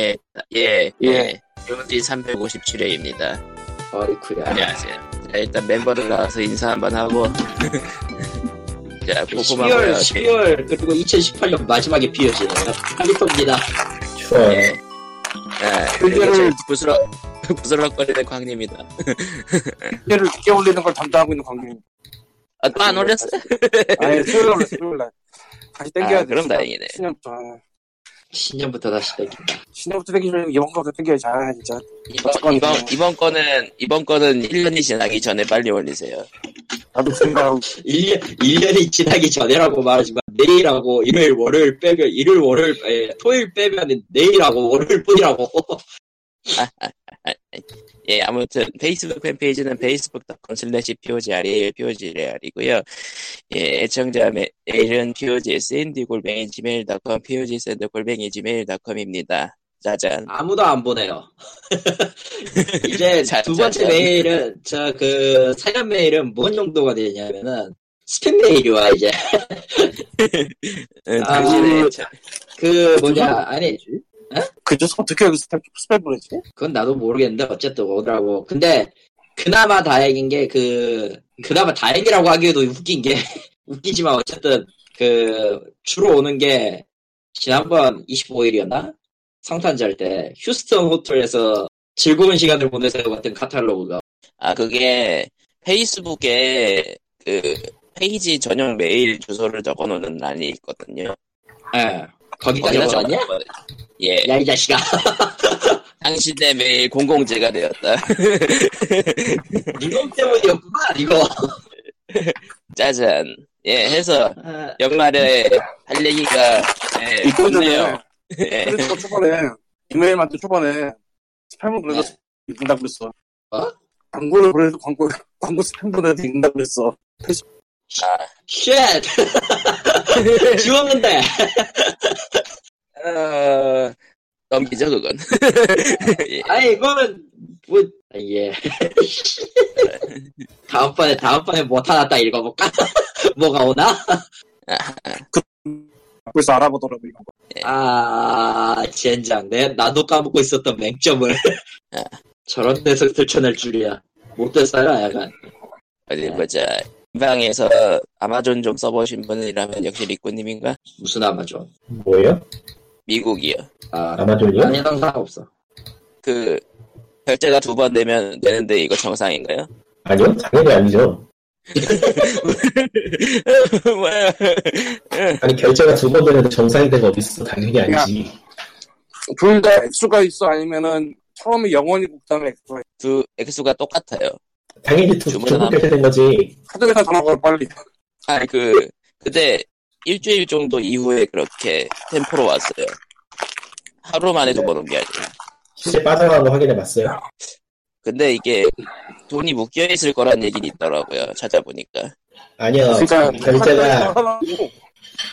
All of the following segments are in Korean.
예, 예, 예. 요디 357회입니다. 어이쿠야. 안녕하세요. 자, 일단 멤버들 나와서 인사 한번 하고. 자, 고구마고요. 12월, 12월, 그리고 2018년 마지막에 비어지네요. 칼리토입니다. 추워요. 예. 자, 그리고 제일 부스러, 부스럭거리는 광님이다. 를 늦게 올리는 걸 담당하고 있는 광규입니다. 아, 또 안 올렸어요? 아니, 수요일 날, 수요일 날. 다시 땡겨야 아, 돼. 그럼 신년- 다행이네. 신년부터. 아, 신년부터 다시 땡긴다. 신년부터 땡기 전에 이번 거부터 땡겨야지. 아, 진짜. 이번, 이번, 이번 거는, 이번 거는 1년이 지나기 전에 빨리 올리세요. 나도 그 생각하고. 1년, 1년이 지나기 전에라고 말하지만, 내일하고 일요일, 월요일 빼면, 일요일, 월요일, 에, 토요일 빼면 내일하고 월요일 뿐이라고. 예, 아무튼 페이스북 팬페이지는 facebook.com slash pogreal pogreal이고요. 예, 애청자 메일은 pogsnd골뱅이 gmail.com pogsnd골뱅이 gmail.com입니다. 짜잔. 아무도 안 보내요. 이제 자, 두 자, 번째 자. 메일은, 저, 그, 사연 메일은 뭔 정도가 되냐면은, 스팸 메일이 와, 이제. 응, 아, 당신의 그- 애청- 그, 뭐냐, 아니, 그 주소 어떻게 여기 스팸, 스팸 보내지? 그건 나도 모르겠는데 어쨌든 오더라고. 근데 그나마 다행인 게 그 그나마 다행이라고 하기에도 웃긴 게 웃기지만 어쨌든 그 주로 오는 게 지난번 25일이었나 성탄절 때 휴스턴 호텔에서 즐거운 시간을 보내세요 같은 카탈로그가 아, 그게 페이스북에 그 페이지 전용 메일 주소를 적어놓는 난이 있거든요. 예 거기다 적어놨냐? 적어놨거든요. 예, 야 이 자식아 당신의 메일 공공재가 되었다. 이놈 때문이었구만 이거 짜잔. 예, 해서 아, 연말에 할 얘기가 예, 이틀 아, 없네요. 전에. 예. 그래서 초반에, 이메일만 또 초반에 스팸을 네. 보내서 읽는다 그랬어. 어? 광고를 보내도 광고, 광고 스팸 보내도 읽는다 그랬어. 쉣 지웠는데 어, 넘기죠 그건. 예. 아니 이거는 뭐 아, 예. 다음번에 다음번에 뭐 하나 딱 읽어볼까? 뭐가 오나? 그래서 알아보더라고, 이거. 아 젠장 내 나도 까먹고 있었던 맹점을 저런 데서 들춰낼 줄이야 못됐어요 약간 어디 보자. 방에서 아마존 좀 써보신 분이라면 역시 리꾸님인가? 무슨 아마존 뭐예요? 미국이요. 아 아마존이요? 아니 난 상관없어 그 결제가 두 번 되면 되는데 이거 정상인가요? 아니요, 당연히 아니죠. 뭐야? 아니, 결제가 두 번 되는데 정상이 된거 어딨어? 당연히 아니지. 둘 다 액수가 있어, 아니면은, 처음에 영원이고, 그 다음에 액수가 있어. 두 액수가 똑같아요. 당연히 두, 주문은 두번 결제된 거지. 카드회사 전화 걸어, 빨리. 아니 그 근데 일주일 정도 이후에 그렇게 템포로 왔어요. 하루 만에 두 번 온 게 아니라. 실제 빠져나온 거 확인해 봤어요. 근데 이게 돈이 묶여 있을 거란 얘기는 있더라고요. 찾아보니까. 아니요, 그러니까, 카드회사 어, 결제가, 전화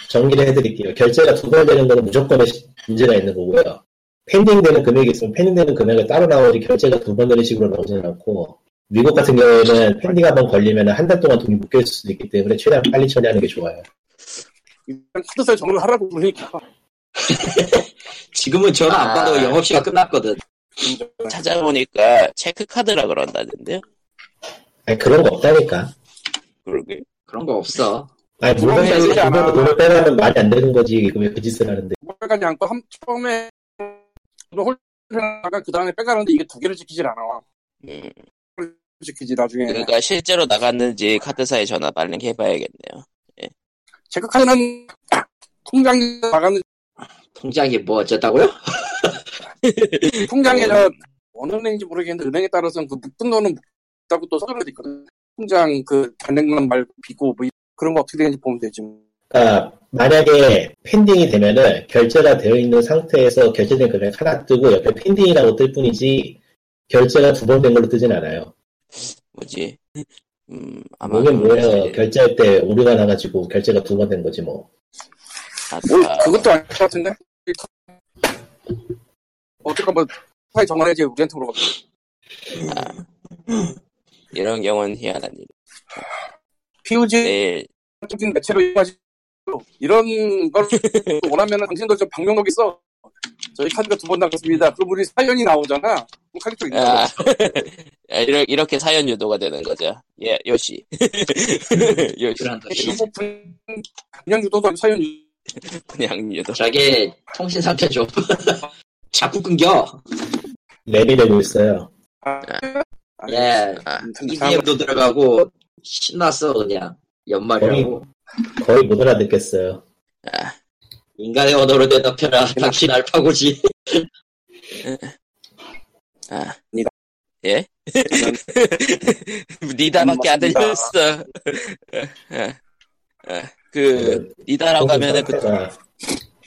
정리를 해드릴게요. 결제가 두 번 되는 거는 무조건 문제가 있는 거고요. pending되는 금액이 있으면 pending되는 금액을 따로 나오지 결제가 두 번 되는 식으로 나오지는 않고, 미국 같은 경우에는 pending 한 번 걸리면 한 달 동안 돈이 묶여있을 수도 있기 때문에 최대한 빨리 처리하는 게 좋아요. 일단 카드사에 전화를 하라고 그러니까 지금은 전화 안 아. 받아도 영업시간 끝났거든 찾아보니까 체크카드라 그런다는데요. 아니, 그런 거 없다니까. 그러게. 그런 거 없어 아니, 그런 거 물건에서 되지 않아. 돈을 돈을 빼가면 말이 안 되는 거지. 그럼 왜그 짓을 하는데. 빼가지 않고 한 처음에 홀생각그 다음에 빼가는데 이게 두 개를 지키질 않아 음, 지키지 나중에 그러니까 실제로 나갔는지 카드사에 전화 빨리 해봐야겠네요. 체크카드는 통장에 나가는 통장이 뭐 어쨌다고요? 통장에 저 어느 은행인지 모르겠는데 은행에 따라서는 그 묶은 돈은 묶다고 또 서류가 있거든 통장 그 단행만 말고 비고 뭐 이- 그런 거 어떻게 되는지 보면 되지 뭐. 그러니까 만약에 pending이 되면은 결제가 되어 있는 상태에서 결제된 금액 하나 뜨고 옆에 pending이라고 뜰 뿐이지 결제가 두 번 된 걸로 뜨진 않아요. 뭐지? 음, 아마 뭐긴 뭐예요. 결제할 때 오류가 나가지고 결제가 두 번 된 거지 뭐. 뭐, 아까 그것도 아닐 것 같은데 어떻게 한번 파이 뭐, 정원해지 우리한테 물어봐 이런 경우는 희한한 일. POG 내일 적인 매체로 이용하시고 이런 걸 원하면 당신도 좀 방명록이 써 저희 카드가 두 번 나갔습니다. 그럼 우리 사연이 나오잖아. 그럼 카드 쪽 있잖아. 아, 이렇게, 이렇게 사연 유도가 되는 거죠. 예, 요시. 요시. 그란다. 이거 뭐 분- 분양 유도도 아니고 사연 유도. 그냥 유도. 저게 통신 상태 좀 자꾸 끊겨. 랩이 되고 있어요. 아, 예. 아, EDM도 뭐 들어가고 신났어 그냥 연말이라고 거의 못 알아듣겠어요. 인간의 언어로 대답해라 당신 알파고지 아, 예? 니다밖에 안 들렸어. 예, 예. 그, 니다라고 하면은 그, 상태가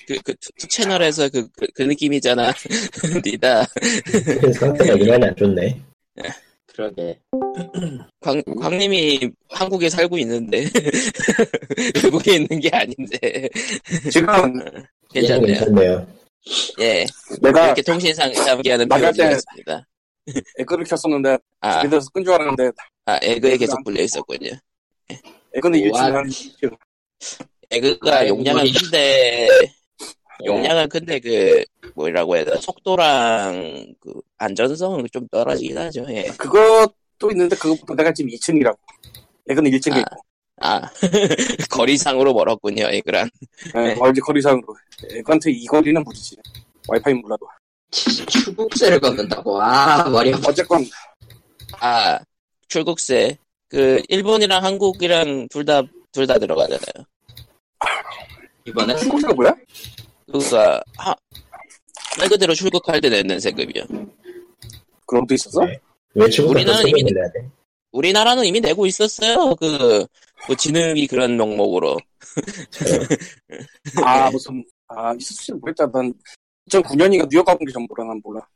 그, 그 투, 투 채널에서 그, 그, 그 느낌이잖아. 니다. 그 상태가 유난히 안 좋네. 그러게 광, 광님이 한국에 살고 있는데. 외국에 있는 게 아닌데. 지금 얘는 괜찮네요. 괜찮네요. 예. 내가 이렇게 통신상 참기하는 나갈 때- 표현이었습니다. 에그를 켰었는데 아, 그래서 끈 줄 알았는데 아, 에그에 계속 불려 있었군요. 에그는 와. 일치는 에그가 용량은 큰데, 용량은 근데 그 뭐라고 해야 되나 속도랑 그 안전성은 좀 떨어지긴 하죠. 예. 그것도 있는데 그것보다 내가 지금 2층이라고. 에그는 1층에 아. 있고. 아 거리상으로 멀었군요. 에그랑 예, 네. 얼지 거리상으로. 에그한테 이 거리는 부딪지 와이파이 몰라도. 출국세를 걷는다고 아 머리 아파 어쨌건 아 출국세 그 일본이랑 한국이랑 둘 다 둘 다 들어가잖아요. 이번에 출국세가 뭐야? 그러니까 하, 말 그대로 출국할 때 내는 세금이요. 그런 것도 있었어? 네. 왜 출국해서 우리나라는 세금을 이미- 내야 돼? 우리나라는 이미 내고 있었어요. 그, 뭐 지능이 그런 명목으로. 아 무슨 아 있었지 모르겠다. 난 2009년인가 뉴욕 가본 게 전부라 난 몰라.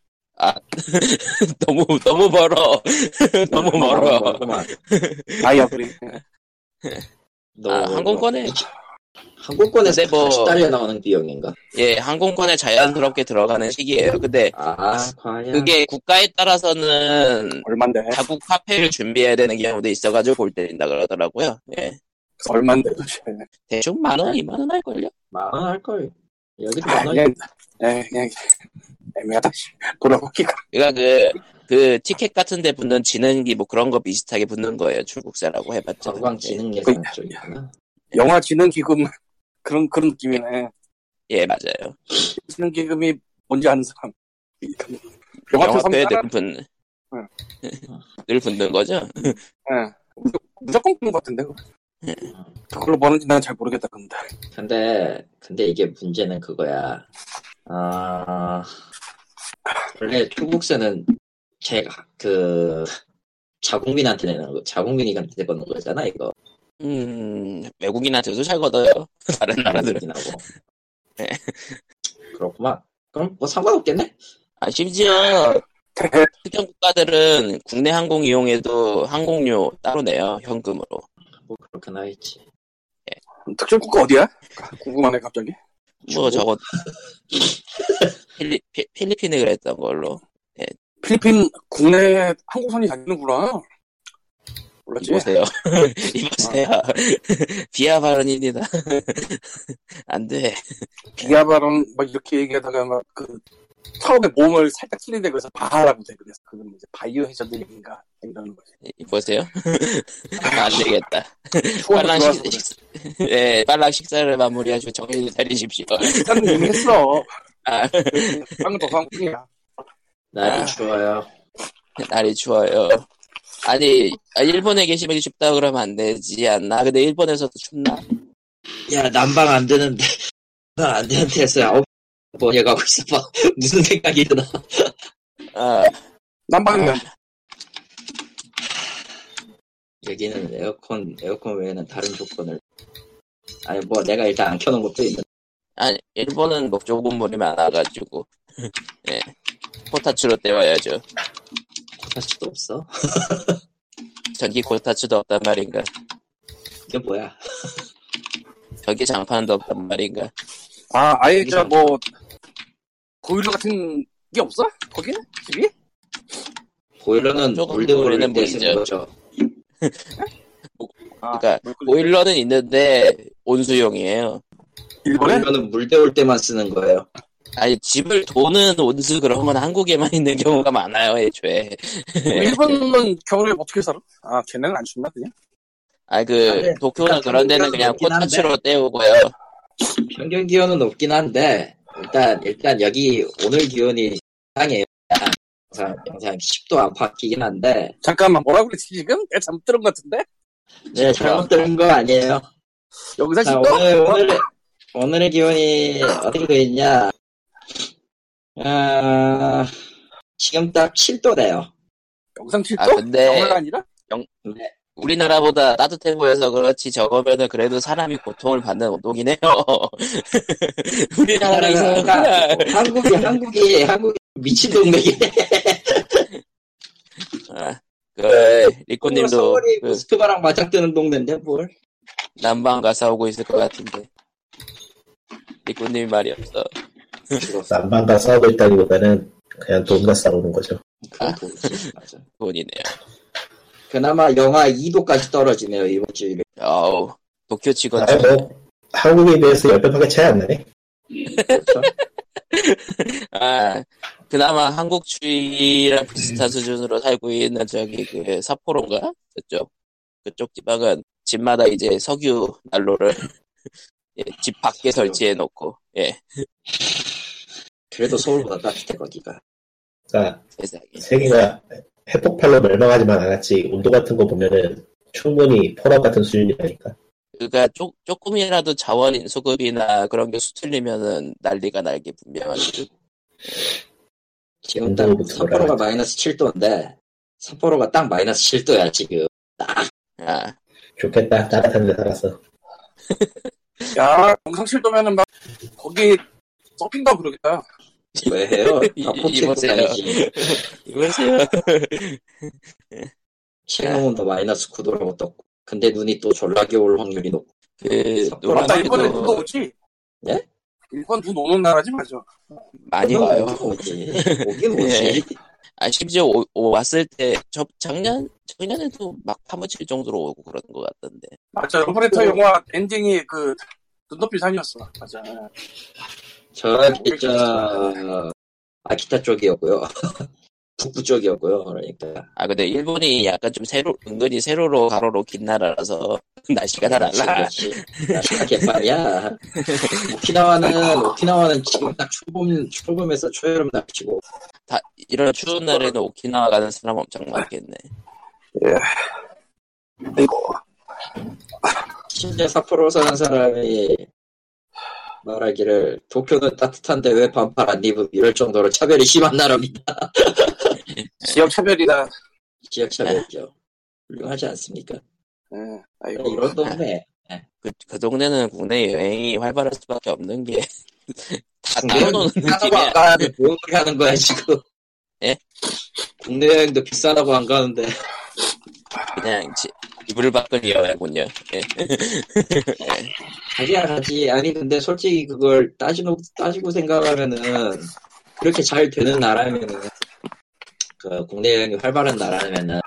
너무, 너무 멀어. 너무 멀어. 아, 멀구만. 아야 예, 그래. 너 아, 항공권에, 항공권에서 근데 뭐- 같이 딸려 나오는 비용인가 예, 항공권에 자연스럽게 들어가는 시기예요 근데 아 과연 그게 국가에 따라서는 얼만데? 자국 화폐를 준비해야 되는 경우도 있어가지고 골 때린다 그러더라고요. 예. 얼만데 도대체? 대충 만 원, 이만 원 할걸요? 만원 할걸 여기도 아, 만원 그냥 에 그냥 애매하다. 돌아보기가 그러니까 그, 그 티켓 같은 데 붙는 지능기 뭐 그런 거 비슷하게 붙는 거예요. 출국세라고 해봤자. 관광진흥예산 쪽이구나 영화 지능 기금 그런 그런 느낌이네. 예, 맞아요. 지능 기금이 뭔지 아는 사람. 영화 표상 영화표에 따라 늘 붙는, 응. 늘 붙는 거죠? 예. 무조- 무조건 그런 것 같은데 그거. 그걸로 버는지 난 잘 모르겠다 근데 근데 근데 이게 문제는 그거야. 아 원래 출국세는 제가 그 자국민한테 내는 거, 자국민이한테 내는 거잖아 이거. 음, 외국인한테도 잘 걷어요. 다른 나라들은. 하고. 네. 그렇구만. 그럼 뭐 상관없겠네? 아, 심지어 특정 국가들은 국내 항공 이용에도 항공료 따로 내요. 현금으로. 뭐 그렇게나 했지. 특정 국가 어디야? 궁금하네 갑자기 뭐 중국? 저거 필리, 필- 필리핀에 그랬던 걸로. 필리핀 국내 항공선이 다니는구나 몰랐지? 이보세요. 이보세요. 비하 발언입니다. 안 돼. 비아바론 막 이렇게 얘기하다가 막그 처음에 몸을 살짝 틀린데 그래서 바하라고 돼 그래서 그건 이제 바이오 해저드인가 이러는 거지 이보세요. 안 되겠다. 추억이 빨랑 좋아서 식, 그래 식, 예, 빨랑 식사를 마무리하시고 정신 차리십시오. 일단은 이미 했어 아, 방금 더 사온 뿐이야 날이 아. 추워요. 날이 추워요. 아니, 아, 일본에 계시면 춥다 그러면 안 되지 않나? 근데 일본에서도 춥나? 야 난방 안 되는데 난안 되는데 했어요. 아홉 번얘 가고 있어봐. 무슨 생각이 드나? 아, 난방이 여기는 에어컨 에어컨 외에는 다른 조건을 아니 뭐 내가 일단 안 켜놓은 것도 있는 아니, 일본은 목조금 물이 많아가지고. 예. 코타츠로 때워야죠. 코타치도 없어 전기 코타츠도 없단 말인가? 이게 뭐야 전기 장판도 없단 말인가? 아 아예 저뭐 보일러 같은 게 없어? 거기? 집이? 보일러는 조금 보일러는 올드오일는 데 쓰는 보이죠. 거죠 아, 그러니까 물 끓이는 보일러는 있는데 온수용이에요. 일본에? 보일러는 물 데울 때만 쓰는 거예요 아니 집을 도는 온수 그런 건 한국에만 있는 경우가 많아요 애초에 뭐 예. 일본은 겨울에 어떻게 살아? 아 걔네는 안 춥나 그냥? 아 그 네. 도쿄나 그러니까 그런 데는 경기가 그냥 높긴 한데. 꽃밭으로 때우고요 평균 기온은 높긴 한데 일단 일단 여기 오늘 기온이 상해요. 영상 영상 10도 안 바뀌긴 한데 잠깐만 뭐라 그랬지 지금? 내가 잘못 들은 것 같은데? 네 잘못 들은 거 아니에요. 여기서 자, 지금 오늘 오늘 오늘의 기온이 어떻게 돼 있냐? 아, 지금 딱 7도래요. 영상 7도? 아 근데 영화가 아니라? 우리나라보다 따뜻해 보여서 그렇지 적으면은 그래도 사람이 고통을 받는 운동이네요 우리나라 이상은 그러니까 그냥 한국이 그 한국이 한국이 미친 동네이네. 아, 그 리코님도 서울이 그 모스크바랑 맞짱뜨는 동네인데 뭘? 남방 가서 오고 있을 것 같은데 리코님이 말이 없어 남방과 싸우고 있다기보다는 그냥 돈과 싸우는 거죠. 그건 도대체 맞아. 돈이네요 그나마 영하 2도까지 떨어지네요 이번 주일에. 어우 도쿄 치곤 아, 뭐 한국에 비해서 열배밖에 차이 안 나네. 그렇죠? 아, 그나마 한국 주위랑 비슷한 수준으로 살고 있는 저기 그 삿포로인가 그쪽 그쪽 지방은 집마다 이제 석유 난로를 예, 집 밖에 설치해 놓고 예 그래도 서울보다 따뜻해 거기가. 그러니까 세상에 세계가 핵폭발로 멸망하지만 않았지 온도 같은 거 보면은 충분히 포럼 같은 수준이라니까. 그러니까 조, 조금이라도 자원 인수급이나 그런 게 수틀리면은 난리가 날게 분명하죠 지금 딱 온도로부터 삿포로가 올라가죠. 마이너스 7도인데 삿포로가 딱 마이너스 7도야 지금. 아 좋겠다. 따뜻한 데 살아서. 야 영상 7도면은 막 거기 아, 서핑가 그러겠다 왜 해요? 아, 다 폭치고 이보세요. 다니지. 이보세요 최고온도 마이너스 9도라고 떴고. 근데 눈이 또 졸라게 올 확률이 높고. 그 삿포로 노란 맞다 맞다, 일본에 일본에도- 눈 도 오지? 예? 일본 눈 오는 나라지 맞아 많이 그럼 와요 오긴 오지. 오긴 오지. 아 심지어 오- 오- 왔을 때 저 작년 작년에도 막 파묻힐 정도로 오고 그런 것 같던데 맞아 러브레터 영화 엔딩이 그 눈높이 산이었어 맞아 저기 저 아키타 쪽이었고요. 북부 쪽이었고요. 그러니까 아 근데 일본이 약간 좀 세로 은근히 세로로 가로로 긴 나라라서 날씨가 다 달라 그렇지. 아시아 개발이야. 오키나와는 오키나와는 지금 딱 초봄 초봄에서 초여름 날씨고 다 이런 추운 날에는 오키나와 가는 사람 엄청 많겠네 이거 심지어 삿포로 사는 사람이 말하기를 도쿄는 따뜻한데 왜 반팔 안 입음 이럴 정도로 차별이 심한 나라입니다. 지역 차별이다 지역 차별이죠. 훌륭하지 않습니까? 예, 아이고 이런 동네 그, 그 동네는 국내 여행이 활발할 수밖에 없는 게 다 따로노는 비싸다고 안 느낌이야 가는데 뭔 소리 하는 거야 지금? 그 예? 국내 여행도 비싸다고 안 가는데 그냥 지, 이불 밖을 이어야군요 예. 가기야 가지. 아니 근데 솔직히 그걸 따지고 따지고 생각하면은 그렇게 잘 되는 나라면은 그 국내 여행이 활발한 나라면은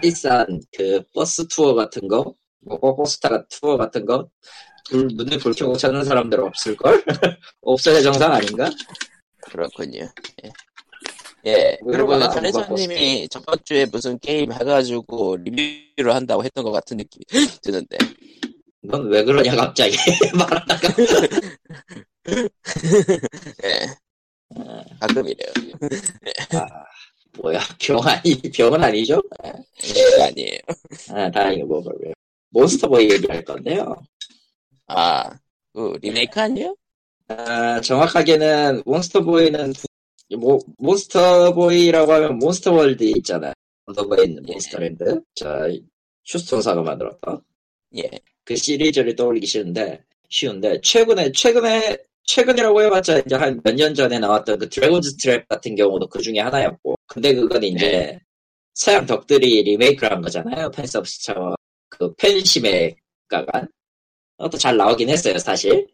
비싼 그 버스 투어 같은 거, 뭐 버스타 같은 투어 같은 거. 불, 눈에 불 켜고 찾는 사람들 없을걸? 없어야 정상 아닌가? 그렇군요. 예. 네, 예. 그리고 외로워라, 뭐 전혜선님이 저번 주에 무슨 게임 해가지고 리뷰를 한다고 했던 것 같은 느낌이 드는데. 넌 왜 그러냐 갑자기 말하다가 예. 음. 가끔 이래요. 뭐야 병 아니 병은 아니죠? 예, 아니에요. 아 다행이고 뭐, 뭐, 뭐. 몬스터보이 얘기할 건데요. 아, 그 리메이크 아니에요? 아, 정확하게는 몬스터보이는 부- 모, 몬스터보이라고 하면 몬스터월드 있잖아요. 언더바에 있는 예. 몬스터랜드. 자, 휴스턴사가 만들었던 예. 그 시리즈를 떠올리기 쉬운데 쉬운데 최근에 최근에 최근이라고 해봤자 이제 한 몇 년 전에 나왔던 그 드래곤즈 트랩 같은 경우도 그 중에 하나였고 근데 그건 이제 서양 덕들이 리메이크를 한 거잖아요 팬 서비스 차원 그 팬심의 가간 그것도 잘 나오긴 했어요 사실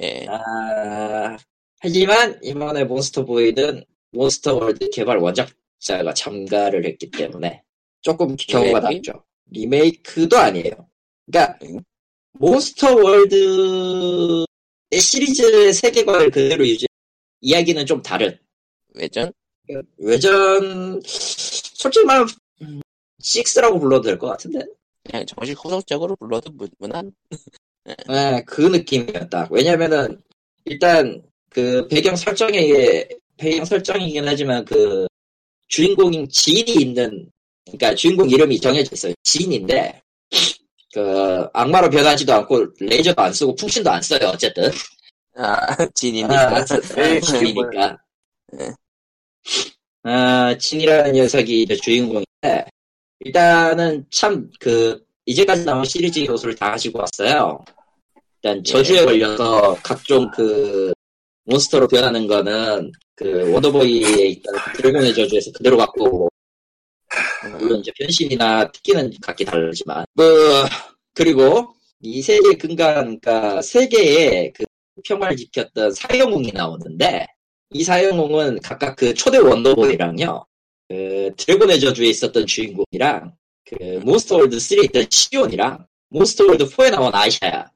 예. 아, 하지만 이번에 몬스터 보이는 몬스터 월드 개발 원작자가 참가를 했기 때문에 조금 경우가 리메이크? 네. 낮죠. 리메이크도 아니에요. 그러니까 응? 몬스터 월드 시리즈의 세계관을 그대로 유지 이야기는 좀 다른. 외전? 외전 솔직히 말하면 6라고 불러도 될 것 같은데. 그냥 정식 후속적으로 불러도 무- 무난? 네, 그 느낌이었다. 왜냐면은, 일단, 그, 배경 설정에, 의해- 배경 설정이긴 하지만, 그, 주인공인 지인이 있는, 그니까 주인공 이름이 정해져 있어요. 지인인데, 그, 악마로 변하지도 않고, 레이저도 안 쓰고, 풍신도 안 써요, 어쨌든. 아, 진이니까. 아, 에이, 지인이니까. 네. 아, 진이라는 녀석이 이제 주인공인데, 일단은 참, 그, 이제까지 나온 시리즈 요소를 다 가지고 왔어요. 일단, 저주에 걸려서 각종 그, 몬스터로 변하는 거는, 그, 워더보이에 있던 그 드래곤의 저주에서 그대로 갖고 오고, 물론 이제 변신이나 특기는 각기 다르지만, 뭐, 그리고, 이 세계 근간, 그니까, 세계의 그 평화를 지켰던 사형웅이 나오는데, 이 사형웅은 각각 그 초대 원더보이랑요, 그 드래곤의 저주에 있었던 주인공이랑, 그 몬스터월드 3에 있던 그 시온이랑, 몬스터월드 4에 나온 아샤야,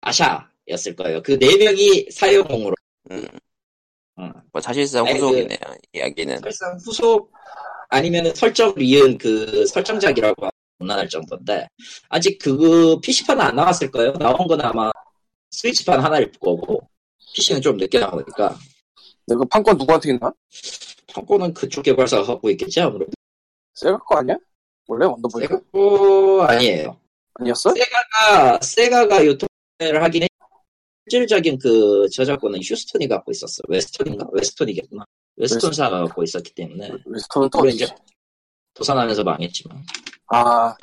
아샤였을 거예요. 그 네 명이 사형웅으로. 음. 어. 뭐 사실상 아니, 후속이네요, 이야기는. 설상 후속 아니면 설정을 이은 그 설정작이라고 무난할 정도인데 아직 그 PC판은 안 나왔을 거예요. 나온 건 아마 스위치판 하나일 거고 PC는 좀 늦게 나오니까 내가 그 판권 누구한테 있나? 판권은 그쪽 개발사가 갖고 있겠지 아무래도 세가 거 아니야? 원래 어, 원더보이 세가 거 어, 아니에요. 아니었어? 세가가 세가가 유통을 하긴 했 실질적인 그 저작권은 휴스턴이 갖고 있었어. 웨스턴인가? 웨스턴이겠구나. 웨스턴사가 갖고 있었기 때문에 웨스턴은 또 어디지? 도산하면서 망했지만 아,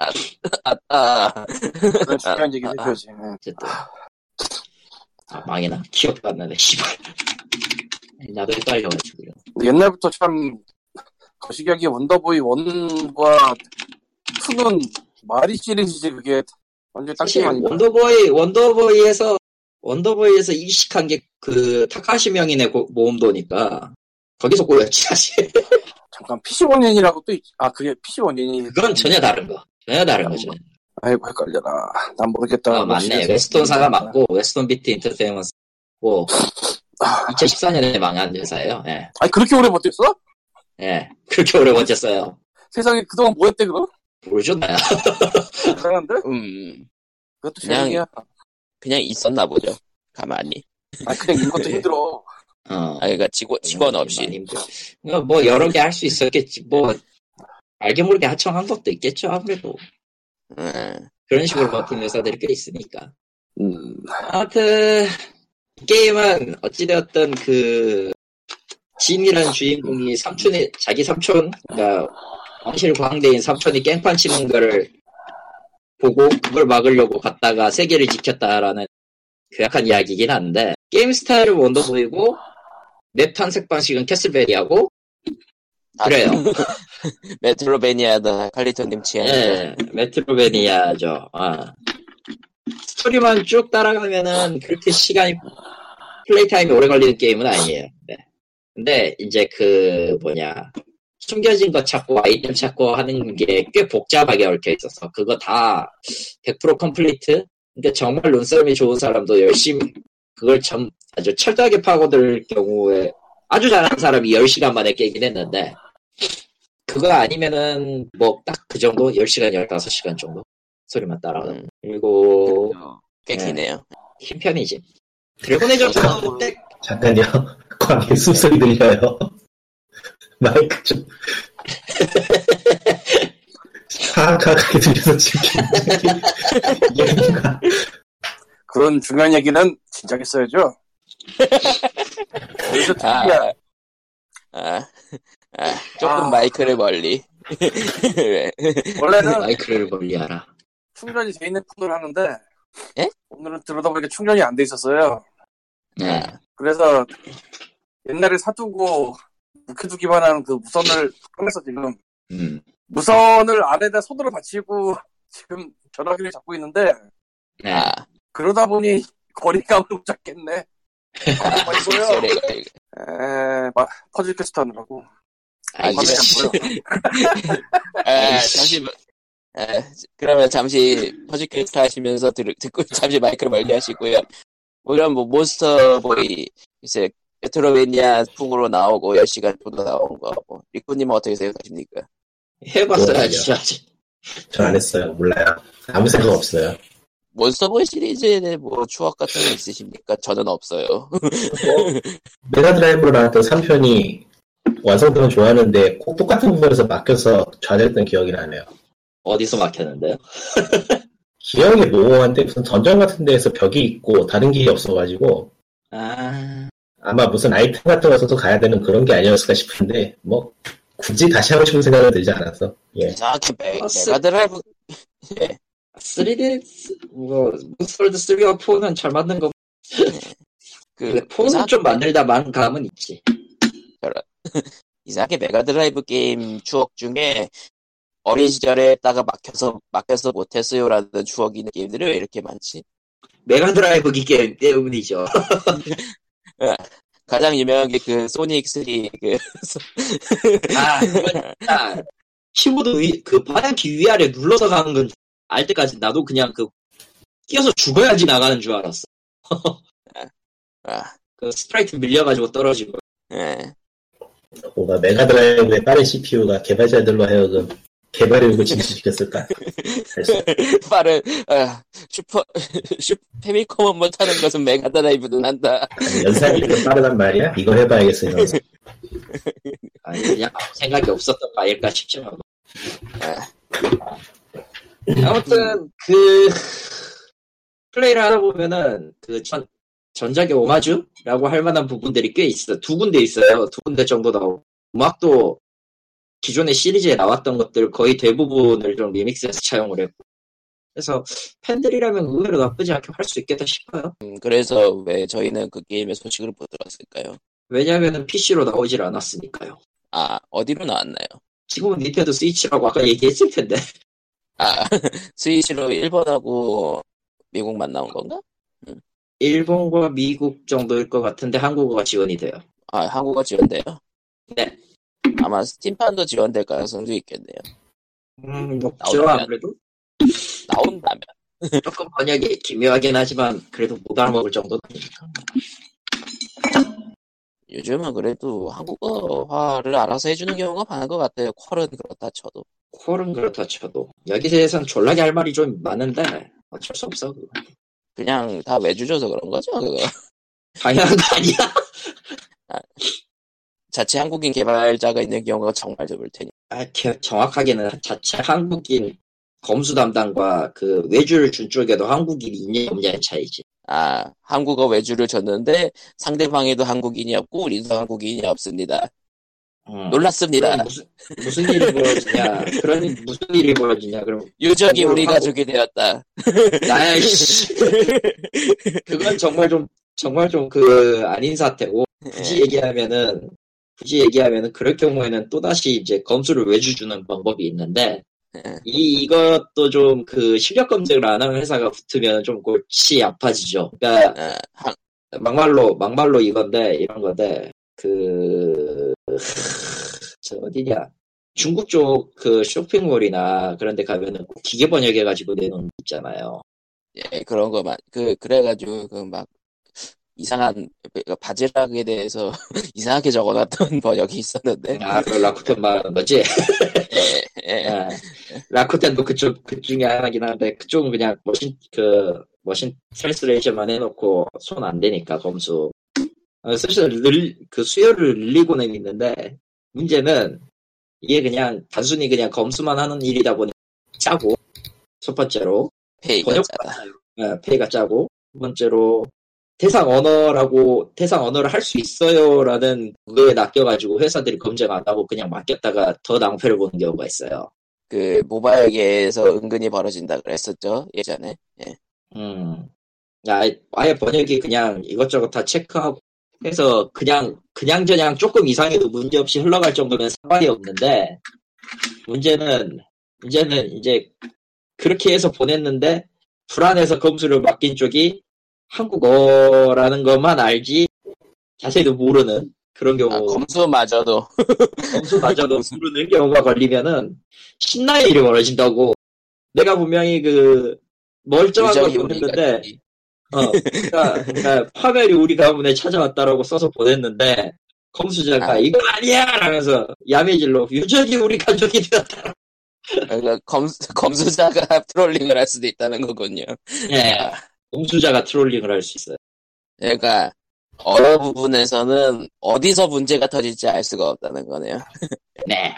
아따. 그런 중요한 얘기 아, 아. 해줘야지. 예. 응. 어쨌든 아 망이나 기억이 안 나네 씨발 나도 헷갈려가지고 근데 옛날부터 참 거시기하게 원더보이 원과 투는 말이 시리즈지 그게 완전 사실 딱지만 원더보이 원더보이에서 원더보이에서 인식한 게 그 타카시 명인의 고- 모험도니까 거기서 꼬였지 사실 잠깐 PC 원인이라고 또 있... 아 그게 PC 원인이 그건 전혀 다른 거 전혀 다른 거죠 아이고 헷갈려라 난 모르겠다 아, 맞네 웨스턴사가 맞고 웨스턴 비트 인터테인먼트고 2014년에 망한 회사예요 예, 아니 그렇게 오래 버텼어? 예. 그렇게 오래 버텼어요 세상에 그동안 뭐 했대 그럼? 모르죠 나야 대단한데? 음, 그것도 그냥- 재능이야 그냥 있었나 보죠. 가만히. 아 그냥 이런 것도 예. 네. 힘들어 어. 아, 그러니까 직원, 직원 없이. 많이 힘들- 그러니까 뭐 여러 개 할 수 있었겠지. 뭐 알게 모르게 하청한 것도 있겠죠. 아무래도 음, 그런 식으로 버틴 회사들이 꽤 있으니까. 음, 아무튼 이 게임은 어찌되었던 그 진이라는 주인공이 삼촌의 자기 삼촌, 그러니까 왕실 광대인 삼촌이 깽판 치는 거를 보고 그걸 막으려고 갔다가 세계를 지켰다라는 괴악한 이야기이긴 한데 게임 스타일은 원더보이고 맵 탄색 방식은 캐슬베리하고 아, 그래요. 메트로베니아다, 칼리토님 취향. 예, 메트로베니아죠. 아. 스토리만 쭉 따라가면은 그렇게 시간이 플레이 타임이 오래 걸리는 게임은 아니에요. 네. 근데 이제 그 뭐냐 숨겨진 거 찾고 아이템 찾고 하는 게 꽤 복잡하게 얽혀 있어서 그거 다 100% 컴플리트. 근데 그러니까 정말 눈썰미 좋은 사람도 열심히 그걸 참 아주 철저하게 파고들 경우에 아주 잘하는 사람이 10시간 만에 깨긴 했는데 그거 아니면은 뭐 딱 그 정도 10시간 15시간 정도 소리만 따라가 음, 그리고 꽤 예. 기네요. 흰 편이지 드래곤의 저주는 때 잠깐요. 광희 숨소리 들려요. 마이크 좀. 아, 사악하게 들려서 지금 얘기가 그런 중요한 얘기는 진작 했어야죠 여기서 아, 특이야 아, 아, 조금 아. 마이크를 멀리. 왜? 원래는 마이크를 멀리하라 충전이 돼 있는 폰을 하는데 예? 오늘은 들여다보니까 충전이 안 돼 있었어요 네. 그래서 옛날에 사두고 묵혀두기만 하는 그 무선을 꺼내서 지금 음. 무선을 안에다 손으로 받치고 지금 전화기를 잡고 있는데 네. 아, 그러다 보니 거리감을 못 잡겠네. 아이고요. 소리가 이거. 에, 막 퍼즐 퀘스트 하느라고. 아, 이게- 화면이 이제 안 보여. 아, 아이씨. 잠시, 아, 그러면 잠시 퍼즐캐스트 하시면서 들, 듣고, 잠시 마이크를 멀리 하시고요. 뭐 이런 뭐, 몬스터 보이, 이제, 메트로베니아 풍으로 나오고 10시간 정도 나온 거. 뭐. 리코님은 어떻게 생각하십니까? 해봤어야지 아직. 전 안 했어요. 몰라요. 아무 생각 없어요. 몬스터볼 시리즈에 뭐 추억 같은 거 있으십니까? 저는 없어요. 메가드라이브로 나왔던 3편이 완성도는 좋았는데 꼭 똑같은 부분에서 막혀서 좌절했던 기억이 나네요. 어디서 막혔는데요? 기억이 모호한데 무슨 던전 같은 데에서 벽이 있고 다른 길이 없어가지고 아, 아마 무슨 아이템 같은 거서도 가야 되는 그런 게 아니었을까 싶은데 뭐 굳이 다시 하고 싶은 생각은 들지 않아서 예 이상하게 메, 아, 쓰- 가드라이브 3D 뭐 몬스터월드 3와 4는 잘 만든 거. 그 근데 4는 좀 만들다 만 감은 있지. 이상하게 메가드라이브 게임 추억 중에 어린 시절에 했다가 막혀서 막혀서 못했어요라는 추억이 있는 게임들이 왜 이렇게 많지? 메가드라이브 기 게임 때문이죠. 가장 유명한 게 그 소닉 3그 아, 그건 진짜 키보드 위, 그 파란키 위아래 눌러서 가는 건 알 때까지 나도 그냥 그 끼어서 죽어야지 나가는 줄 알았어. 아, 그 스프라이트 밀려가지고 떨어지고. 예. 뭔가 메가드라이브의 빠른 CPU가 개발자들로 하여금 개발력을 증식시켰을까 그래서 빠른 아, 슈퍼 슈 페미컴은 못하는 것은 메가드라이브는 한다. 아니, 연산이 이렇게 빠르단 말이야 이거 해봐야겠어 이러면서. 아니, 그냥 아무 생각이 없었던 바일까 싶지만. 뭐. 아무튼, 그, 플레이를 하다 보면은, 그 전, 전작의 오마주라고 할 만한 부분들이 꽤 있어. 두 군데 있어요. 두 군데 정도 나오고. 음악도 기존의 시리즈에 나왔던 것들 거의 대부분을 좀 리믹스해서 차용을 했고. 그래서 팬들이라면 의외로 나쁘지 않게 할 수 있겠다 싶어요. 음, 그래서 왜 저희는 그 게임의 소식을 못 들었을까요? 왜냐면은 PC로 나오질 않았으니까요. 아 어디로 나왔나요? 지금은 닌텐도 스위치라고 아까 얘기했을 텐데 아 스위치로 일본하고 미국만 나온 건가? 일본과 미국 정도일 것 같은데 한국어가 지원이 돼요. 아 한국어 지원돼요? 네. 아마 스팀판도 지원될 가능성도 있겠네요. 음, 나오면. 목적은 아무래도 나온다면. 조금 번역이 기묘하긴 하지만 그래도 못 알아먹을 정도는 아니니까. 요즘은 그래도 한국어화를 알아서 해주는 경우가 많은 것 같아요. 퀄은 그렇다 쳐도. 콜은 그렇다 쳐도 여기서에선 졸라게 할 말이 좀 많은데 어쩔 수 없어 그거. 그냥 다 외주줘서 그런 거죠, 그거. 당연한 거 아니야? 자체 한국인 개발자가 있는 경우가 정말 드물 테니. 아, 겨- 정확하게는 자체 한국인 검수 담당과 그 외주를 준 쪽에도 한국인이 있냐 없냐의 차이지. 아, 한국어 외주를 줬는데 상대방에도 한국인이 없고 우리도 한국인이 없습니다. 음. 놀랐습니다. 그럼 무슨, 무슨 일이 벌어지냐? 그러니 무슨 일이 벌어지냐? 그럼 유적이 우리 한국- 가족이 되었다. 나야 씨. 그건 정말 좀 정말 좀 그 아닌 사태고 네. 굳이 얘기하면은 굳이 얘기하면은 그럴 경우에는 또 다시 이제 검수를 외주 주는 방법이 있는데 네. 이 이것도 좀 그 실력 검증을 안 하는 회사가 붙으면 좀 골치 아파지죠. 그러니까 아, 한- 막말로 막말로 이건데 이런 건데 그 저 어디냐 중국 쪽 그 쇼핑몰이나 그런 데 가면은 꼭 기계 번역해 가지고 내놓은 거 있잖아요. 예, 그런 거 막, 그, 그래가지고, 그 막, 이상한, 그 바지락에 대해서 이상하게 적어놨던 번역이 있었는데. 아, 그 라쿠텐 말하는 거지? 예, 예. 예. 라쿠텐도 그쪽, 그 중에 하나긴 한데, 그쪽은 그냥 머신, 그, 머신 트랜스레이션만 해놓고 손 안 되니까, 검수. 어, 사실 늘, 그 수요를 늘리고는 있는데, 문제는 이게 그냥 단순히 그냥 검수만 하는 일이다 보니 짜고, 첫 번째로. 페이가 번역자다. 짜다. 예, 페이가 짜고 두 번째로 대상 언어라고 대상 언어를 할 수 있어요라는 그거에 낚여가지고 회사들이 검증 안 하고 그냥 맡겼다가 더 낭패를 보는 경우가 있어요. 그 모바일계에서 은근히 벌어진다 그랬었죠 예전에 예. 음, 야, 아예 번역이 그냥 이것저것 다 체크하고 해서 그냥 그냥저냥 조금 이상해도 문제 없이 흘러갈 정도면 상관이 없는데 문제는 문제는 이제 그렇게 해서 보냈는데 불안해서 검수를 맡긴 쪽이 한국어라는 것만 알지 자세히도 모르는 그런 경우 아, 검수마저도 검수마저도 모르는 경우가 걸리면은 신나의 일이 벌어진다고 내가 분명히 그 멀쩡한 걸 유적이 우리가 보냈는데 어, 그러니까, 그러니까 파벨이 우리 가문에 찾아왔다라고 써서 보냈는데 검수자가 아. 이거 아니야 라면서 야매질로 유전이 우리 가족이 되었다. 그러니까 검, 검수자가 트롤링을 할 수도 있다는 거군요. 예, 검수자가 트롤링을 할 수 있어요. 그러니까 어느 부분에서는 어디서 문제가 터질지 알 수가 없다는 거네요. 네.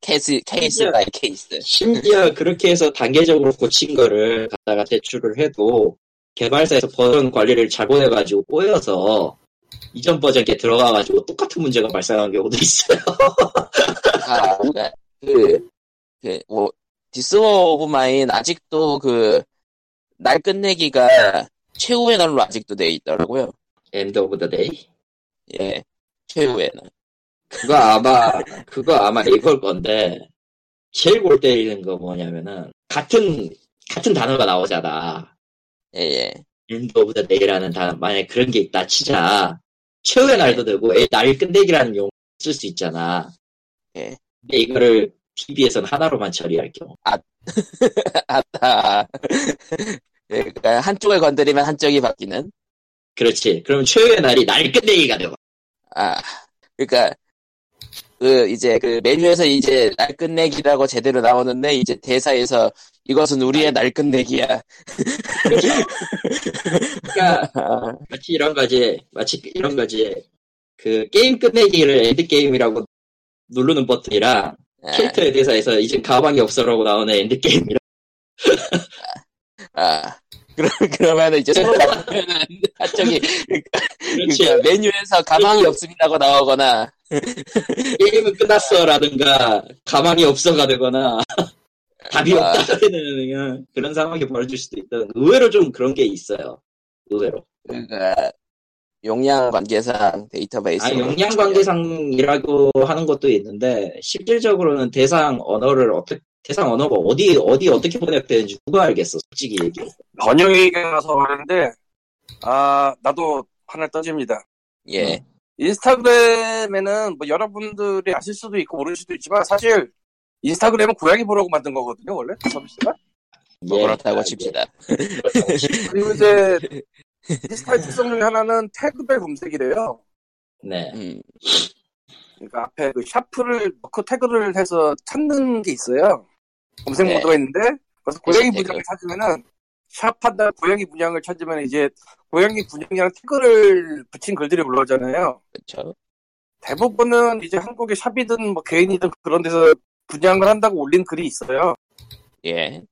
케이스 케이스 바이 케이스. 심지어 그렇게 해서 단계적으로 고친 거를 갖다가 제출을 해도 개발사에서 버전 관리를 잘못해가지고 꼬여서 이전 버전에 들어가가지고 똑같은 문제가 발생한 경우도 있어요. 아, 그러니까 그, 그, 뭐, 디스 오브 마인 아직도 그, 날 끝내기가 최후의 날로 아직도 돼 있더라고요. 엔드 오브 더 데이. 예. 최후의 날. 그거 아마 그거 아마 이걸 건데 제일 골 때리는 거 뭐냐면은 같은 같은 단어가 나오잖아. 예, 예. 엔드 오브 더 데이라는 단어 만약에 그런 게 있다 치자 최후의 날도 되고 애- 날 끝내기라는 용어 쓸 수 있잖아. 예. 근데 네, 이거를 TV에서는 하나로만 처리할 경우. 아따. 그러니까 한쪽을 건드리면 한쪽이 바뀌는. 그렇지. 그럼 최후의 날이 날 끝내기가 되고. 아, 그러니까 그 이제 그 메뉴에서 이제 날 끝내기라고 제대로 나오는데 이제 대사에서 이것은 우리의 날 끝내기야. 그러니까 아, 마치 이런 거지. 마치 이런 거지. 그 게임 끝내기를 엔드 게임이라고 누르는 버튼이랑 네. 캐릭터에 대해서 이제 가방이 없어라고 나오는 엔드게임이라 아. 그럼 그러면 이제 서로 바꾸면은 한쪽이 그러니까 메뉴에서 가방이 없습니다고 나오거나 게임은 끝났어라든가 가방이 없어가 되거나 답이 아. 없다 되는 그냥 그런 상황이 벌어질 수도 있다 의외로 좀 그런 게 있어요 의외로 그러니까 용량 관계상 데이터베이스 아 역량 관계상이라고 하는 것도 있는데 실질적으로는 대상 언어를 어떻게 대상 언어가 어디 어디 어떻게 번역되는지 누가 알겠어 솔직히 얘기 번역 얘기가 나서 그러는데 아 나도 하나 떠집니다. 예 인스타그램에는 뭐 여러분들이 아실 수도 있고 모를 수도 있지만 사실 인스타그램은 고양이 보라고 만든 거거든요 원래 서비스가 뭐 예. 그렇다고 아, 칩시다 예, 그렇다고 칩시다. 그리고 이제 인스타의 특성 중에 하나는 태그별 검색이래요 네 음, 그러니까 앞에 그 샤프를 넣고 태그를 해서 찾는 게 있어요 검색 네. 모드가 있는데 그래서 고양이 태그. 분양을 찾으면은 샵한다 고양이 분양을 찾으면 이제 고양이 분양이랑 태그를 붙인 글들이 올라오잖아요 그렇죠 대부분은 이제 한국의 샵이든 뭐 개인이든 그런 데서 분양을 한다고 올린 글이 있어요. 예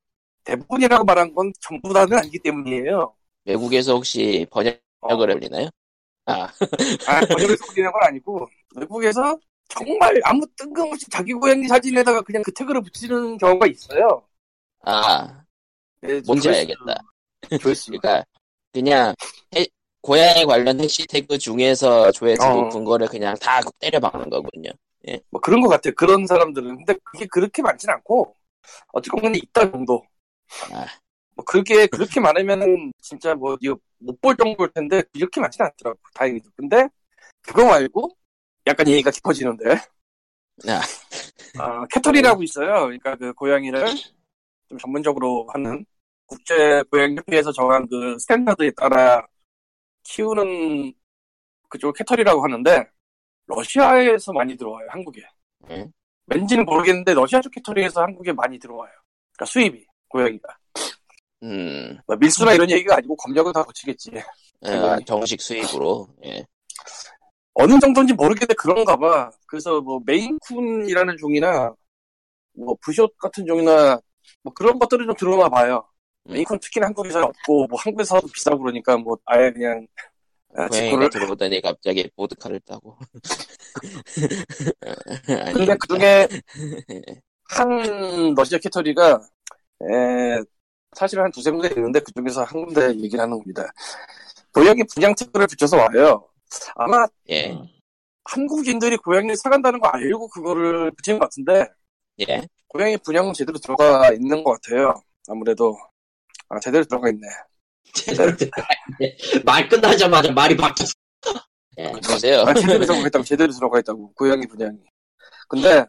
대부분이라고 말한 건 전부 다는 아니기 때문이에요. 외국에서 혹시 번역을 어, 올리나요? 아 아, 번역에서 올리는 건 아니고 외국에서 정말 아무 뜬금없이 자기 고양이 사진에다가 그냥 그 태그를 붙이는 경우가 있어요. 아, 예, 뭔지 조회수, 알겠다. 조회수. 그러니까 그냥 해- 고양이 관련 해시태그 중에서 조회수 어. 높은 거를 그냥 다 때려 박는 거군요. 뭐 그런 것 같아요. 그런 사람들은. 근데 그게 그렇게 많진 않고 어쨌건 있다 정도. 아. 뭐 그게 그렇게 많으면은 진짜 뭐 이거 못볼 정도일 텐데 이렇게 많진 않더라고 다행히도. 근데 그거 말고 약간 얘기가 깊어지는데. 아. 아, 캐터리라고 있어요. 그러니까 그 고양이를 좀 전문적으로 하는 국제 고양이 협회에서 정한 그 스탠다드에 따라 키우는 그쪽 캐터리라고 하는데 러시아에서 많이 들어와요 한국에. 네. 왠지는 모르겠는데 러시아 쪽 캐터리에서 한국에 많이 들어와요. 그러니까 수입이 고양이가 음, 뭐 밀수나 이런 얘기가 아니고 검역은 다 거치겠지. 아, 정식 수입으로. 예. 어느 정도인지 모르겠는데 그런가 봐. 그래서 뭐 메인쿤이라는 종이나 뭐 부숏 같은 종이나 뭐 그런 것들은 좀 들어나 봐요. 음. 메인쿤 특히나 한국에서 없고 뭐 한국에서도 비싸고 그러니까 뭐 아예 그냥 아, 고양이가 직구를 들어오더니 네, 갑자기 보드카를 따고. 아니, 근데 그중에 한 러시아 캐터리가 에, 사실 한 두세 군데 있는데 그중에서 한 군데 얘기를 하는 겁니다. 고양이 분양 특허를 붙여서 와요. 아마 예, 어. 한국인들이 고양이를 사간다는 거 알고 그거를 붙인 것 같은데 예. 고양이 분양은 제대로 들어가 있는 것 같아요. 아무래도 아 제대로 들어가 있네. 말 끝나자마자 말이 바뀌었어 예. 보세요. 아, 제대로 들어가 있다고 제대로 들어가 있다고 그 고양이 분양이. 근데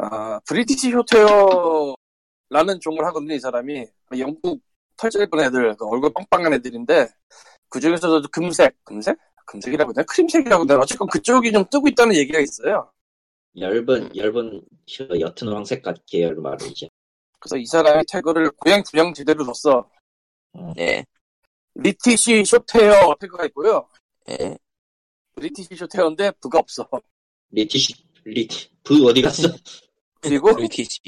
아 브리티시 호테어라는 종을 하거든요 이 사람이 영국 털 짧은 애들, 그 얼굴 빵빵한 애들인데, 그 중에서도 금색, 금색? 금색이라고 해야 되나? 크림색이라고 해야 되나? 어쨌건 그쪽이 좀 뜨고 있다는 얘기가 있어요. 얇은 얇은 저 옅은 황색 계열 말이죠. 그래서 이 사람이 태그를 고양 구양 제대로 줬어. 예, 리티시 쇼테어 태그가 있고요. 예. 리티시 쇼테어인데 부가 없어. 리티시 리티 부 어디 갔어? 그리고 브리티시.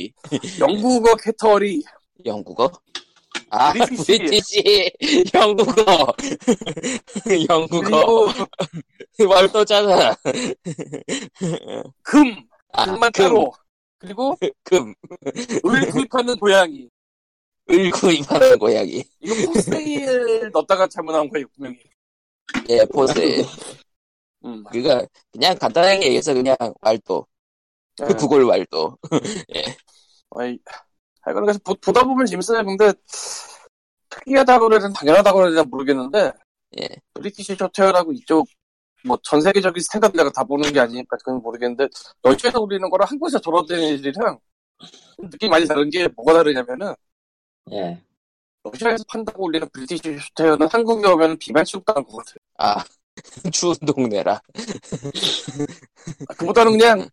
영국어 캐터리. 영국어? 아, 브리티시. 브리티시. 영국어. 영국어. 그리고 월도잖아. 금. 아, 금만 금, 따로. 그리고 금. 을 구입하는 고양이. 을구 입하는 고양이. 이거 포세일 넣었다가 잘못 나온 거예요, 분명히. 예, 포세. 음. 그니까, 그냥 간단하게 얘기해서 그냥 왈도. 그 예. 구글 왈도. 아이, 하여간 그래서 보, 보다 보면 재밌어요. 근데 특이하다고 그러든 당연하다고 그러든 모르겠는데 예. 브리티시 쇼테어라고 이쪽 뭐 전 세계적인 스탠다드가 다 보는 게 아니니까 그건 모르겠는데 널치에서 우리는 거랑 한국에서 돌아다니는 일이랑 느낌 많이 다른 게 뭐가 다르냐면은 네. 예. 러시아에서 판다고 올리는 브리티시 쇼테어는 한국에 오면 비만 취급당한 것 같아요. 아, 추운 동네라. 아, 그보다는 그냥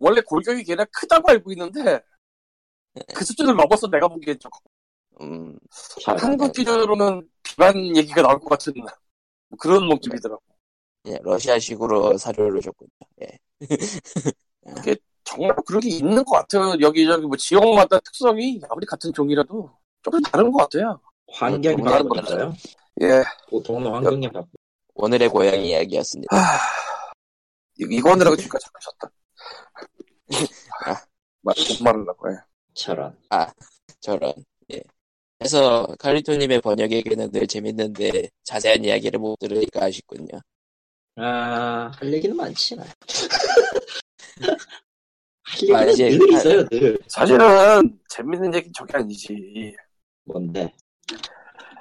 원래 골격이 걔네 크다고 알고 있는데 그 수준을 넘어서 내가 보기엔 조금 음, 잘 한국 기준으로는 비만 얘기가 나올 것 같은 뭐 그런 목적이더라고. 예, 러시아식으로 사료를 줬군요. 정말 그런 게 있는 것 같아요. 여기저기 뭐 지역마다 특성이 아무리 같은 종이라도 조금 다른 것 같아요. 환경이 동남아 바뀌었어요. 예. 보통은 환경이 바뀌. 오늘의 고양이 이야기였습니다. 하... 이- 이거 하느라고 지금까지 잠깐 쉬었다. 아. 말, 못 말하려고 예. 해. 저런. 저런. 예. 그래서 칼리토님의 번역 얘기는 늘 재밌는데 자세한 이야기를 못 들으니까 아쉽군요. 아, 할 얘기는 많지. 나. 할 아, 얘기는 이제- 늘 있어요, 늘. 사실은 재밌는 얘기 저게 아니지. 뭔데?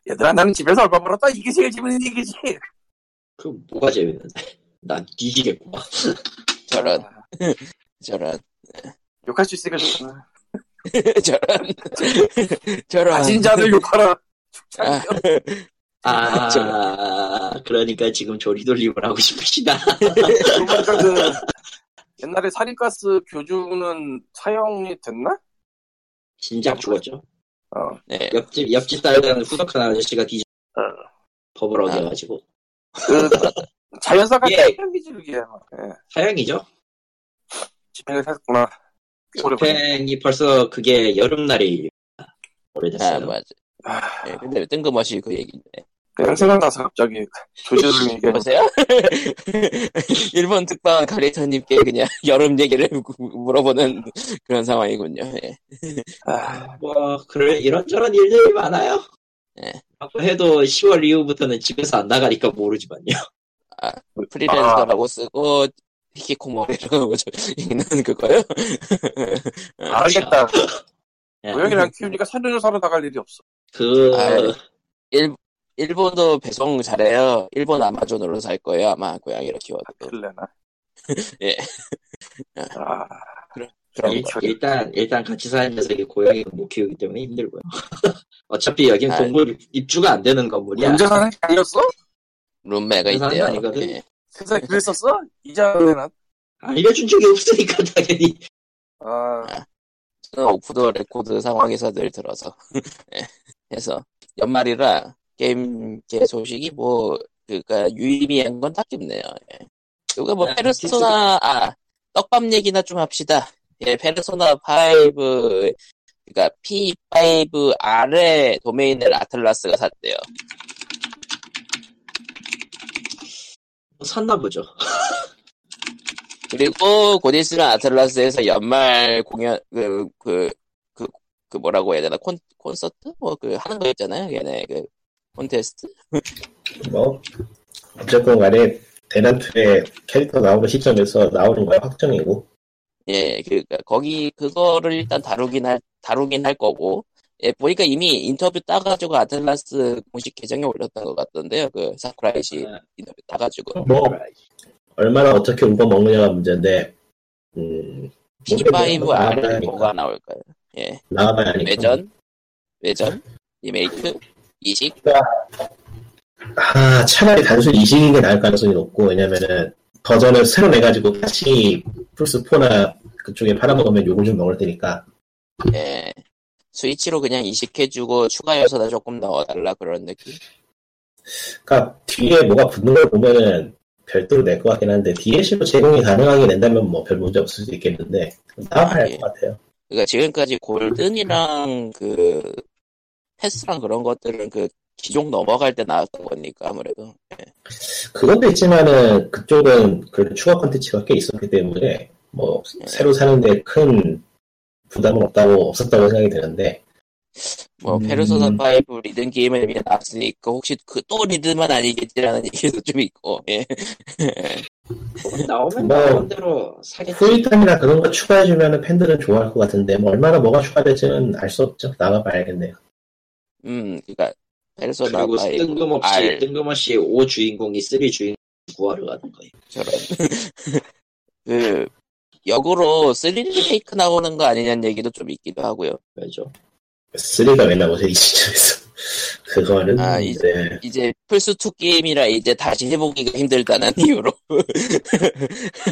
얘들아 나는 집에서 얼마 벌었다 이게 제일 재밌는 얘기지. 그 뭐가 재밌는데? 난 뒤지겠구만. 저런, 아, 저런, 욕할 수 있으니까 좋잖아. 저런, 저런. 가진 자들 욕하라. 아, 아, 그러니까 지금 조리돌림을 하고 싶으시다. 그러니까 그 옛날에 살인가스 교주는 사형이 됐나? 진작 죽었죠. 어. 네. 옆집, 옆집 살던 후덕한 아저씨가 뒤지. 어. 법을 아. 어겨가지고. 그 자연사가 예. 사형이지 그게. 예. 사형이죠? 집행을 했구나. 오래 걸려. 집행이 벌써 그게 여름날이 아, 오래됐어요. 맞아. 예, 근데 뜬금없이 그 얘기네. 그냥 생각나서 갑자기 조지를 얘기하는 보세요. 일본 특파원 칼리토님께 그냥 여름 얘기를 물어보는 그런 상황이군요. 예. 아, 뭐, 그럴, 이런저런 일들이 많아요. 예. 라고 해도 10월 이후부터는 집에서 안 나가니까 모르지만요. 프리랜서라고 쓰고 히키코모리라고 읽는 그거요? 알겠다. 예. 고양이랑 키우니까 사료를 사러 나갈 일이 없어. 그, 아유. 예, 일, 일본도 배송 잘해요. 일본 아마존으로 살 거예요. 아마 고양이를 키워도. 그럴래나? 예. 아, 그런 일, 거. 일단 일단 같이 사는 녀석이 고양이를 못 키우기 때문에 힘들고요. 어차피 여긴 아. 동물 입주가 안 되는 건물이야. 언제 사는 게 아니었어? 룸메가 그래서 있대요. 하는 거 아니거든? 예. 세상에 그랬었어? 이자는 아, 알려준 적이 없으니까 당연히 아, 저는 오프더 레코드 상황에서 늘 들어서. 예. 그래서 연말이라 게임계 소식이 뭐, 그니까 유의미한 건 딱히 없네요. 예. 이거 뭐 아, 페르소나, 아, 떡밥 얘기나 좀 합시다. 예, 페르소나 그러니까 5, 그니까 P5R의 도메인을 아틀라스가 샀대요. 뭐 샀나 보죠. 그리고 곧 있으면 아틀라스에서 연말 공연 그 그 그 뭐라고 해야 되나 콘 콘서트 뭐 그 하는 거 있잖아요 걔네 그 콘테스트 뭐 어쨌건 간에 대난투에 캐릭터 나오는 시점에서 나오는 거야 확정이고 예 그러니까 거기 그거를 일단 다루긴 할 다루긴 할 거고 예 보니까 이미 인터뷰 따가지고 아틀라스 공식 계정에 올렸던 것 같던데요 그 사쿠라이시 인터뷰 따가지고 뭐 아, 얼마나 어떻게 울고 먹느냐가 문제인데 음, 네. P5R은 뭐가 나올까요 예 나와봐야 하니까 외전 외전 리메이크 이식 아, 차라리 단순 이식인 게 나을 가능성이 높고, 왜냐면은, 버전을 새로 내가지고 다시 플스4나 그쪽에 팔아먹으면 욕을 좀 먹을 테니까. 예. 스위치로 그냥 이식해주고 추가 요소다 조금 넣어달라 그런 느낌. 그니까, 그러니까 뒤에 뭐가 붙는 걸 보면은, 별도로 낼 것 같긴 한데, DLC로 제공이 가능하게 낸다면 뭐 별 문제 없을 수도 있겠는데, 나와야 할 것 같아요. 그러니까 지금까지 골든이랑 그 패스랑 그런 것들은 그 기종 넘어갈 때 나왔던 거니까 아무래도 그것도 있지만은, 그쪽은 그 추가 콘텐츠가 꽤 있었기 때문에, 뭐, 새로 사는데 큰 부담은 없다고, 없었다고 생각이 드는데, 뭐 음. 페르소나 5 리듬 게임에 비해 나왔으니까 혹시 그 또 리듬은 아니겠지라는 얘기도 좀 있고 예. 나오면 뭐, 나오는 대로 사겠지. 후리탄이나 그런 거 추가해주면은 팬들은 좋아할 것 같은데, 뭐, 얼마나 뭐가 추가될지는 알 수 없죠. 나가봐야겠네요. 음 그러니까 페르소나 그리고 5 뜬금없이 알. 뜬금없이 5 주인공이 3 주인공 구하러 가는 거예요. 저런 그 역으로 3 리메이크 나오는 거 아니냐는 얘기도 좀 있기도 하고요. 그죠? 3가 왜 나오세요, 이 시점에서. 그거는, 아, 이- 이제, 이제 플스2 게임이라 이제 다시 해보기가 힘들다는 이유로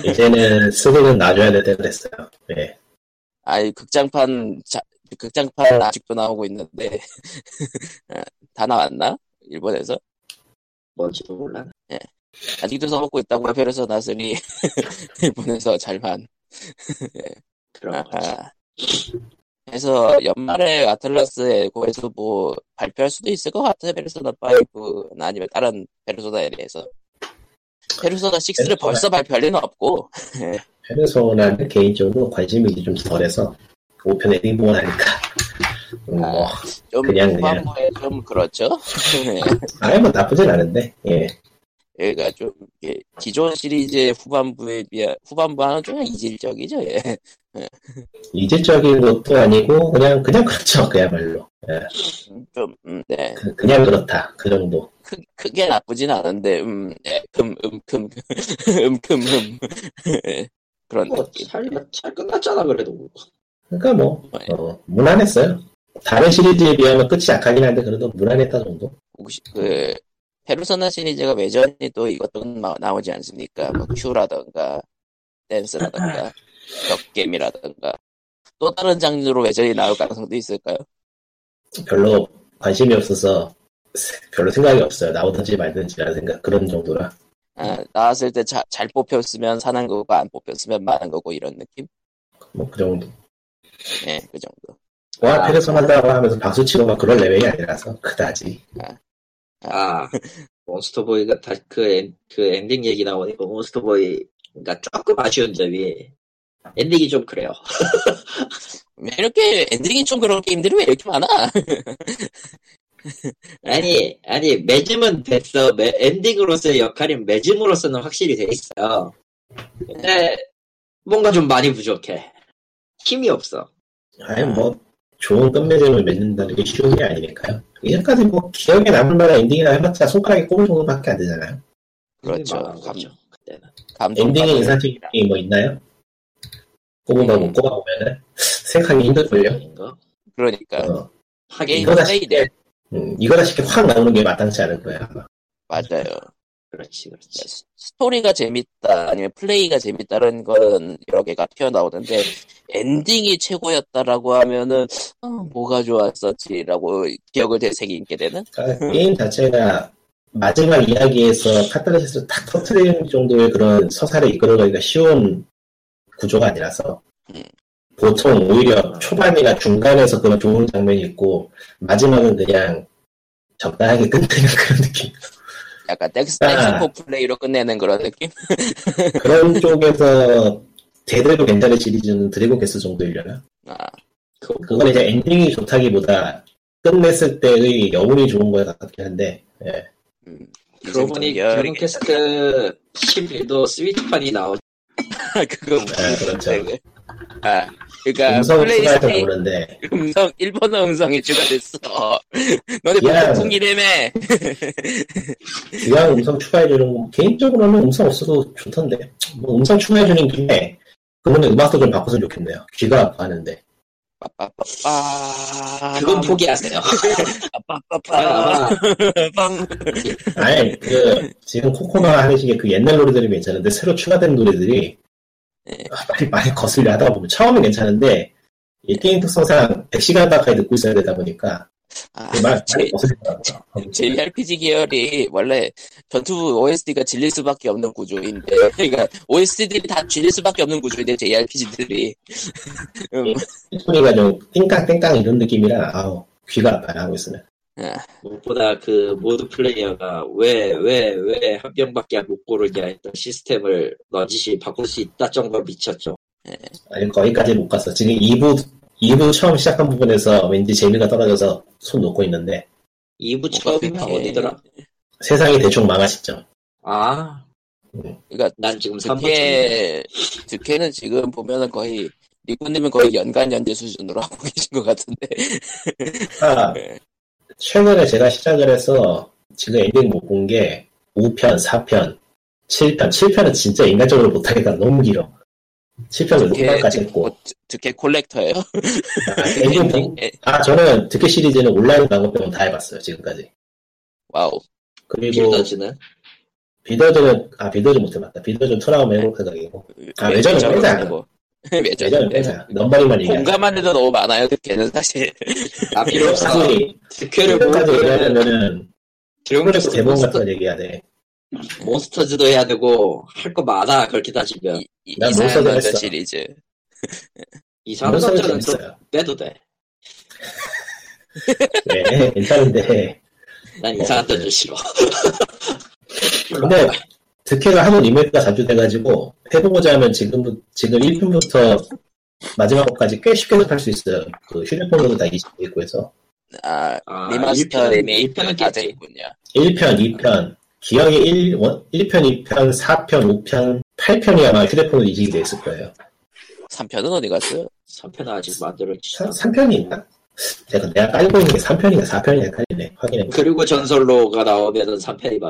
이제는 3는 놔줘야 될 때가 됐어요. 예. 아니 극장판 자, 극장판 아직도 나오고 있는데 아, 다 나왔나 일본에서 뭔지도 몰라. 아직도 써먹고 있다고 페르소 나스리 일본에서 잘만 그런 거지. 아하. 그래서 연말에 아틀라스에 고에서 뭐 발표할 수도 있을 것 같아요 페르소나 5 아니면 다른 페르소나에 대해서 페르소나 6를 벌써 발표할 리는 없고 페르소나는 개인적으로 관심이 좀 덜해서, 5편 엔딩 보고 나니까. 음, 뭐, 좀 그냥, 그냥. 후반부에 좀 그렇죠 아예 뭐 나쁘진 않은데, 예. 얘가 좀 이게 기존 시리즈의 후반부에 비해 후반부와는 좀 이질적이죠. 예. 이질적인 것도 아니고, 그냥, 그냥 그렇죠. 그야말로. 예. 좀 음, 네. 그, 그냥 그렇다. 그 정도. 크, 크게 나쁘진 않은데 음, 예. 금, 음, 금, 음, 금, 음. 예. 그런 뭐, 느낌. 잘, 잘 끝났잖아, 그래도. 그러니까 뭐, 어, 무난했어요. 다른 시리즈에 비하면 끝이 약하긴 한데, 그래도 무난했다 정도? 혹시 그 페르소나 시리즈가 외전이 또 이것도 나, 나오지 않습니까? 뭐 큐라던가 댄스라던가 격겜이라던가 또 다른 장르로 외전이 나올 가능성도 있을까요? 별로 관심이 없어서 세- 별로 생각이 없어요. 나오든지 말든지라는 생각 그런 정도라. 아, 나왔을 때 잘 뽑혔으면 사는 거고 안 뽑혔으면 마는 거고 이런 느낌? 뭐 그 정도. 예, 그 정도. 와 페르소나 한다고 하면서 박수 치고 막 그런 레벨이 아니라서 그다지. 아, 몬스터보이가 다, 그, 엔, 그 엔딩 얘기 나오니까 몬스터보이, 그니까 조금 아쉬운 점이, 엔딩이 좀 그래요. 왜 이렇게 엔딩이 좀 그런 게임들이 왜 이렇게 많아? 아니, 아니, 매즘은 됐어. 매, 엔딩으로서의 역할인 매즘으로서는 확실히 돼 있어요. 근데, 뭔가 좀 많이 부족해. 힘이 없어. 아니 뭐 좋은 끝맺음을 맺는다는 게 쉬운 게 아니니까요. 이제까지 뭐 기억에 남을 만한 엔딩이나 해봤자 손가락에 꼽을 정도밖에 안 되잖아요. 그렇죠. 힘이 많아, 감, 그렇죠. 그때는. 감동. 엔딩이 인상적인 게임 뭐 있나요? 꼽으면 네. 못 꼽아보면은 생각하기 힘들걸요. 인가? 그러니까 어, 하긴, 게임 이거다 플레이들 싶게 음, 이거다 싶게 확 나오는 게 마땅치 않을 거야. 아마. 맞아요. 그렇지, 네. 그렇지. 스- 스토리가 재밌다 아니면 플레이가 재밌다는 거는 여러 개가 튀어나오는데 엔딩이 최고였다라고 하면은 어, 뭐가 좋았었지라고 기억을 되새기게 되는 그러니까 게임 자체가 마지막 이야기에서 카타르시스를 탁 터트리는 정도의 그런 서사를 이끌어가기가 쉬운 구조가 아니라서 음. 보통 오히려 초반이나 중간에서 그런 좋은 장면이 있고 마지막은 그냥 적당하게 끝내는 그런 느낌 약간 넥스 아. 넥스코 플레이로 끝내는 그런 느낌? 그런 쪽에서 대드래곤 벤자의 시리즈는 드래곤 게스 정도이려나? 아, 그건 이제 엔딩이 좋다기보다 끝냈을 때의 여운이 좋은 거에 가깝긴 한데 예. 음, 그러고 보니, 인생도 드론 캐스트 11도 스위트판이 나오 그거 뭐 네, 그렇죠. 아, 그러니까 음성을 추가해서 플레이스테이션 모르는데 음성 일본어 음성이 추가됐어. 너네 야. 보통 이래매. 귀한 음성 추가해주는 거 개인적으로는 음성 없어도 좋던데 뭐 음성 추가해주는 김에 그거는 음악도 좀 바꿨으면 좋겠네요 귀가 아파하는데 빠빠빠빠. 그건 포기하세요. 빠빠빠빠. 아마 빵. 아니 그 지금 코코마 하시게 그 옛날 노래들이 괜찮은데 새로 추가된 노래들이 네. 아, 많이 많이 거슬려 하다 보면 처음엔 괜찮은데 이 게임 특성상 100시간 가까이 듣고 있어야 되다 보니까 아, 그 말, 제- 많이 거슬리더라고요. JRPG 계열이 원래 전투 OST가 질릴 수밖에 없는 구조인데, 그러니까 OST들이 다 질릴 수밖에 없는 구조인데 JRPG들이 소리가 좀 띵깡 띵깡 이런 느낌이라 아우 귀가 아파요 하고 있으면 무엇보다 그 모드 플레이어가 왜 왜 왜 한 명밖에 못 고르냐 했던 시스템을 너지시 바꿀 수 있다 정도 미쳤죠. 아니 거기까지 못 갔어 지금 2부 2부 처음 시작한 부분에서 왠지 재미가 떨어져서 손 놓고 있는데 2부 뭔가 처음이면 그렇게- 어디더라? 세상이 대충 망하시죠 아, 그러니까 난 지금 3부 득해 득해는 지금 보면은 거의 리꾸님은 거의 연간 연재 수준으로 하고 계신 것 같은데 아, 네. 최근에 제가 시작을 해서 지금 엔딩 못 본 게 5편, 4편, 7편. 7편은 진짜 인간적으로 못하니까 너무 길어. 7편은 득해 끝까지 했고. 득- 득해 콜렉터예요. 아, 엔딩 본- 예, 아, 저는 듣기 시리즈는 온라인 광고 빼고 다 해봤어요, 지금까지. 와우. 그리고 빌더즈는 비더즈는, 아, 비더즈 못 해봤다. 비더즈는 투나오면 네. 해볼 생각이고. 아, 외전은 외전으로 빼자. 하고. 외전. 예전에 빼자. 넘버링만 얘기하자. 네. 공감하는 데 너무 많아요. 득해는 사실. 아 필요 없어. 사소히 득회를 1편까지 모으려면 얘기하려면은 네. 드래곤캐스 그래서 대본 몬스터, 같은 걸 얘기해야 돼. 몬스터즈도 해야 되고 할 거 많아 그렇게 따지면 이- 이- 난 이상한 몬스터도 남자 했어. 시리즈. 이상한 그래서 남자는 또 재밌어요. 빼도 돼. 네, 괜찮은데. 난 이상한 남자 싫어. 근데 득해가 하는 리메이크가 자주 돼가지고 해보고자 하면 지금 지금 1편부터 마지막 까지 꽤 쉽게 접할 수 있어요. 그 휴대폰으로 다 이식돼 있고 해서 아, 아, 리마스터 1편, 리메이크가 1편은 다 깼지. 되어있군요. 1편, 2편 기왕에 1, 1편, 2편, 4편, 5편, 8편이 아마 휴대폰으로 이식이 돼 있을 거예요. 3편은 어디 갔어요? 3편은 아직 만들어지지 3, 않아. 3편이 있나? 제가 내가 깔고 있는 게 3편인가 4편인가 헷갈리네. 확인해. 그리고 전설로가 나오면은 3편이 맞.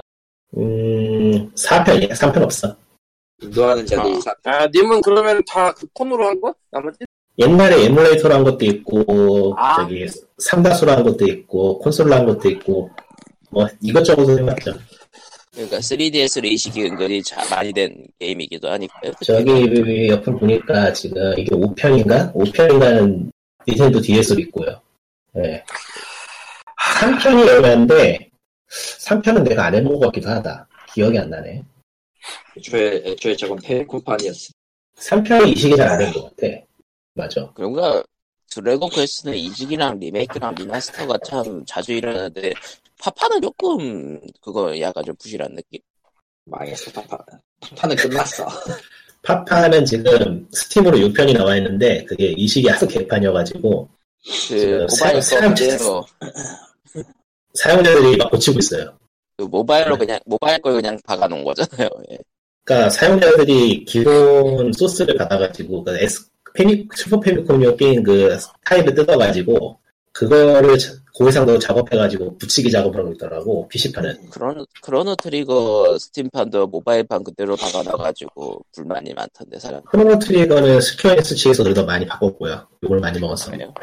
음, 4편이야. 3편 없어. 인도하는 자들이 사- 아, 님은 그러면 다 그 콘으로 한 거? 나머지? 옛날에 에뮬레이터로 한 것도 있고 아. 저기 삼다수로 한 것도 있고 콘솔로 한 것도 있고 뭐 이것저것 해봤죠. 그러니까 3DS로 이식이 은근히 자- 많이 된 게임이기도 하니까요. 저기 그, 옆을 보니까 지금 이게 5편인가? 5편인가는 닌텐도 DS로 있고요. 예. 3편이 얼마인데 3편은 내가 안 해본 것 같기도 하다. 기억이 안 나네. 애초에, 애초에 저건 페이코판이었어. 3편이 이식이 잘 안 된 것 같아. 맞아. 그런가 드래곤 퀘스트는 이직이랑 리메이크랑 리마스터가 참 자주 일어나는데 파파는 조금 그거 약간 좀 부실한 느낌? 망했어, 파파는. 파파는 끝났어. 파파는 지금 스팀으로 6편이 나와 있는데 그게 이식이 하도 개판이어가지고 그 지금 모바일 사- 사람 거로 사용자들이 막 고치고 있어요. 그 모바일로 그냥 모바일 걸 그냥 박아놓은 거잖아요. 예. 그러니까 사용자들이 기본 소스를 받아가지고 그 S 페미 슈퍼 페미콤용 게임 그 타입을 뜯어가지고 그거를 자- 고해상도로 작업해가지고 붙이기 작업을 하고 있더라고 PC판은 크로노 크로노 트리거 스팀판도 모바일판 그대로 박아놔가지고 불만이 많던데 사람. 크로노 트리거는 스퀘어 SG에서 그래도 많이 바꿨고요 요걸 많이 먹어서 그래요.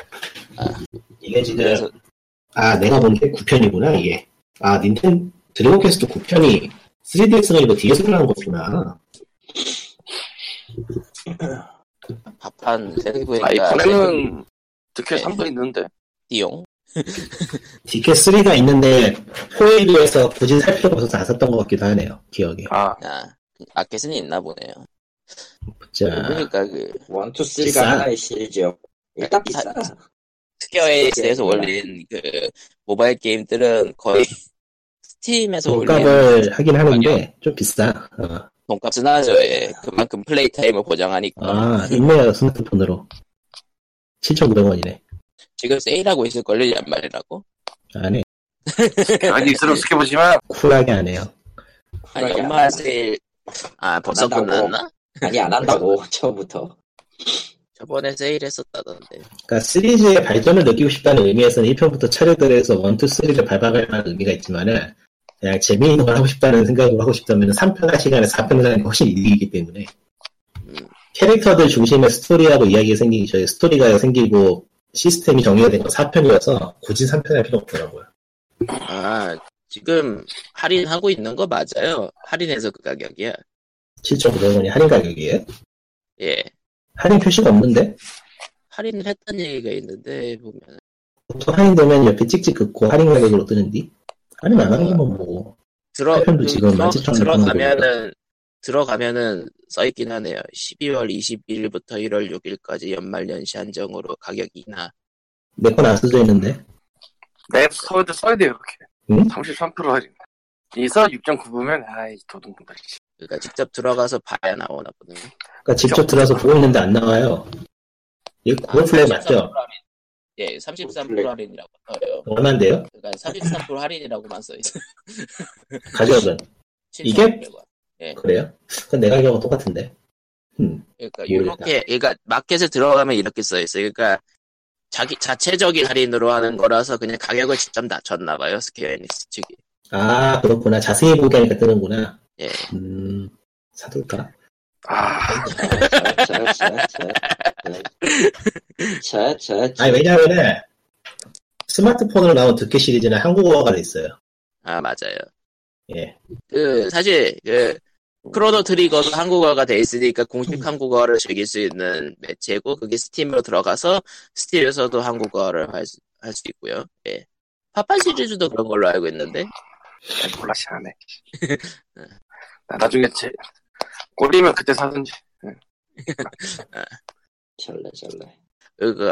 네. 이게 지금 그래서 아 내가 본 게 9편이구나 이게 아 닌텐 드래곤 퀘스트 9편이 3DS가 이거 DS를 하는 거구나 파판 아, 생각해보니까 이번에는 득회 네. 3분 있는데. 띠용 DK3가 있는데 4에 비해서 굳이 살 필요가 없어서 안 샀던 것 같기도 하네요 기억에 아, 아 아켓은 있나 보네요. 아, 자 그러니까 그 1, 2, 3가 비싸. 하나의 시리즈였고. 아, 일단 비싸. 스퀘어에서 올린 그 모바일 게임들은 거의 스팀에서 올린 돈값을 하긴 하는데 좀 비싸. 어. 돈값은 하죠. 예. 그만큼 플레이 타임을 보장하니까 아 있네요 스마트폰으로. 7,900원이네. 지금 세일하고 있을 걸요 연말이라고. 안 해. 아니, 스럽게 보지만, 쿨하게 안 해요. 아니 그러게. 연말 세일 아 벌써 안 한다고. 끝났나? 그러니까 아니, 안 한다고, 처음부터. 저번에 세일했었다던데. 그러니까 시리즈의 발전을 느끼고 싶다는 의미에서는 1편부터 차례들에서 1, 2, 3를 밟아갈 만한 의미가 있지만은 그냥 재미있는 걸 하고 싶다는 생각으로 하고 싶다면 3편 할 시간에 4편을 하는 게 훨씬 이득이기 때문에 음. 캐릭터들 중심의 스토리하고 이야기가 생기기 전에 스토리가 생기고 시스템이 정리가 된거 4편이어서 굳이 3편 할 필요 없더라고요. 아, 지금 할인하고 있는 거 맞아요. 할인해서 그 가격이야. 7.500원이 할인 가격이에요? 예. 할인 표시가 없는데? 할인을 했다는 얘기가 있는데, 보면. 보통 할인되면 옆에 찍찍 긋고 할인 가격으로 뜨는디? 할인 안 하는 뭐, 것만 보고. 들어, 패션도 음, 지금 들어, 17,000원 들어가면은, 들어가면은 써있긴 하네요. 12월 21일부터 1월 6일까지 연말 연시 한정으로 가격 인하. 내 건 안 써져 있는데. 앱 스토어도 써야 돼요 이렇게 응? 33% 할인 이서 6.9%면 아이 도둑놈들 그러니까 직접 들어가서 봐야 나오나 보네. 그러니까 직접 들어서 보고 있는데 안 나와요. 이거 아, 구글 플레이 맞죠? 예, 33% 할인이라고 써요. 얼마인데요? 그러니까 33% 할인이라고만 써있어요. 가격은. 이게? 7,500원. 그래요? 그건 내 가격은 똑같은데. 음. 그러니까 모르겠다. 이렇게 그러니까 마켓에 들어가면 이렇게 써 있어요. 그러니까 자기 자체적인 할인으로 하는 거라서 그냥 가격을 직접 낮췄나 봐요. 스퀘어 엔닉스 측이. 아, 그렇구나. 자세히 보게 하니까 뜨는구나. 예. 음, 사둘까? 아 자자자자자자자 아니, 왜냐면은, 스마트폰으로 나온 듣기 시리즈는 한국어가 돼 있어요. 아, 맞아요. 예. 그 사실 그 크로노 트리거도 한국어가 돼 있으니까 공식 한국어를 즐길 수 있는 매체고 그게 스팀으로 들어가서 스팀에서도 한국어를 할 수 할 수 있고요. 예. 파판 시리즈도 그런 걸로 알고 있는데 몰라 시안해 나 나중에 제 꼴리면 그때 사든지 잘래 잘래 그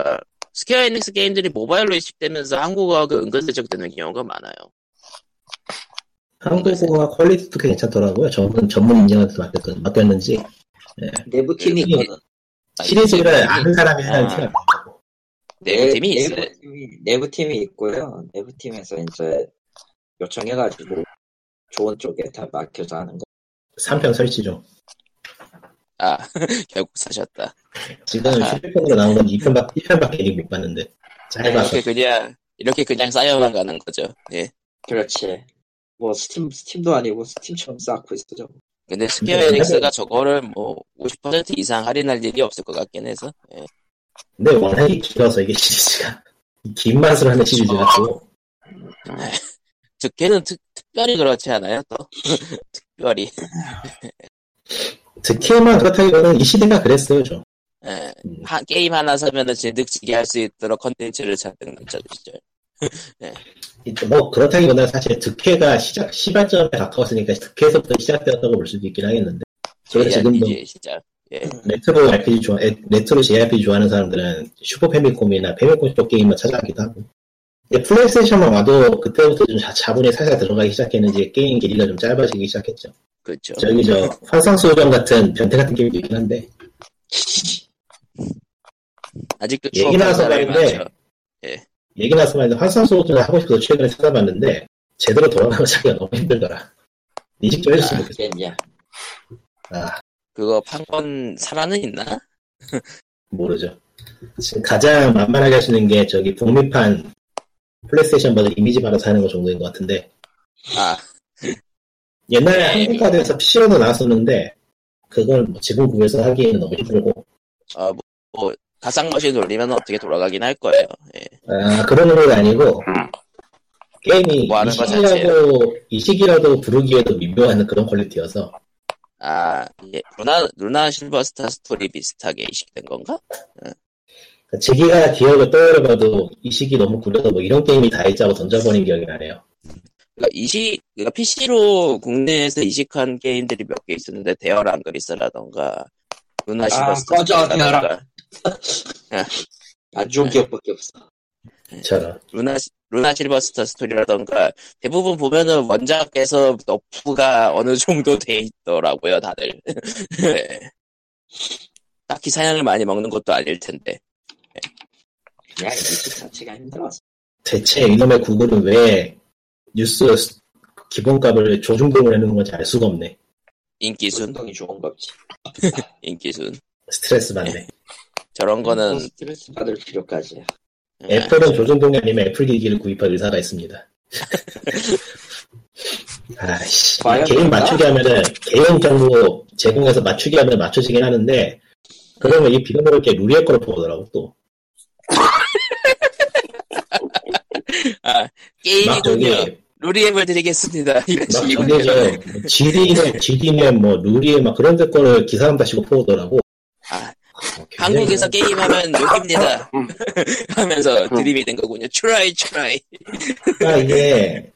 스퀘어 엔닉스 게임들이 모바일로 이식되면서 한국어가 은근슬쩍 되는 경우가 많아요. 한국어가 퀄리티도 꽤 괜찮더라고요. 저분 전문 인증한테 맡겼, 맡겼는지. 내부 팀이 예. 있거든 시리즈를 아는 네, 사람이 아. 하는 팀. 내부 팀이 있어요. 내부 팀이, 내부 팀이 있고요 내부 팀에서 이제 요청해가지고 좋은 쪽에 다 맡겨서 하는 거 3편 설치 중. 아, 결국 사셨다. 지금 아하. 휴대폰으로 나온 건 2편밖에, 1편밖에 아직 못 봤는데. 잘 봐서. 네, 이렇게 그냥, 이렇게 그냥 쌓여만 가는 거죠. 예. 그렇지 뭐 스팀 스팀도 아니고 스팀처럼 쌓고 있어죠 근데 스퀘어 근데 엔닉스가 저거를 뭐, 50% 이상 할인할 일이 없을 것 같긴 해서, 예. 근데 워낙에 길어서 이게 시리즈가. 이긴 맛을 하는 시리즈가 아. 또. 듣기는 특, 특별히 그렇지 않아요, 또? 특별히. 듣기만 그렇다기보다는 이 시대가 그랬어요, 좀. 예. 음. 하- 게임 하나 사면은 진득지게 할 수 있도록 컨텐츠를 잔뜩 넘쳐주시죠. 이제 뭐 그렇다기보다는 사실 득회가 시작 시발점에 가까웠으니까 득회에서부터 시작되었다고 볼 수도 있긴 하겠는데 저희 예, 지금도 이제 시작. 예. 레트로 RPG 좋아 에- 레트로 JRPG 좋아하는 사람들은 슈퍼 패미콤이나 패미콤 쪽 게임만 찾아가기도 하고 근데 플레이스테이션만 와도 그때부터 좀 자, 자본이 살살 들어가기 시작했는지 게임 길이가 좀 짧아지기 시작했죠 그렇죠. 저기 저 환상수호병 같은 변태 같은 게임도 있긴 한데 아직도 그 얘기 추억하는 나와서 사람이 말인데. 많죠. 얘기 나서 말인데 환상수호병을 하고 싶어서 최근에 찾아봤는데 제대로 돌아가면 자기가 너무 힘들더라 이직 좀 해줬으면 좋겠어 겠냐 아 그거 판권 살아는 있나? 모르죠. 지금 가장 만만하게 하시는 게 저기 북미판 플레이스테이션 버전 이미지 받아서 하는 거 정도인 것 같은데 아, 옛날에 네. 한국가드에서 PC로도 나왔었는데 그걸 뭐 지금 구해서 하기에는 너무 힘들고 아, 뭐, 뭐 가상머신 돌리면 어떻게 돌아가긴 할 거예요. 예. 아 그런 의미가 아니고 게임이 뭐 하는 거 이식이라고 이식이라도 부르기에도 미묘한 그런 퀄리티여서 아, 예. 루나, 루나 실버스타 스토리 비슷하게 이식된 건가? 그러니까 제기가 기억을 떠올려봐도 이식이 너무 구려서 뭐 이런 게임이 다 있자고 던져버린 기억이 나네요. 그러니까 이식, 그러니까 PC로 국내에서 이식한 게임들이 몇 개 있었는데, 대열 앙그리스라던가, 루나 실버스타 꺼져, 스토리라던가, 안 좋은 네. 기억밖에 없어 저런 루나, 시- 루나 실버스타 스토리라던가, 대부분 보면은 원작에서 너프가 어느 정도 돼 있더라고요, 다들. 예. 딱히 사양을 많이 먹는 것도 아닐 텐데. 그냥 이식 자체가 힘들었어 대체 이놈의 구글은 왜 뉴스 스- 기본값을 조중동을 해놓은 건지 알 수가 없네. 인기순, 운동이 좋은 거지 인기순. 스트레스 받네. 저런 거는, 스트레스 받을 필요까지 네. 애플은 조중동이 아니면 애플 기기를 구입할 의사가 있습니다. 아씨, 과연 개인 그런가? 맞추기 하면은 개인 정보 제공해서 맞추기 하면 맞춰지긴 하는데 그러면 이 비가 먹을 게 루리의 거로 보더라고 또. 아, 막 게임이군요. 저기 루리엠을 드리겠습니다. 이런 막 식이군요. 저기 지리는 지리면 뭐 누리에 막 그런 데 거를 기사람 다시고 퍼오더라고. 아, 어, 굉장히 한국에서 게임하면 욕입니다. 음. 하면서 드립이 된 거군요. 트라이 트라이. 그러니까 이게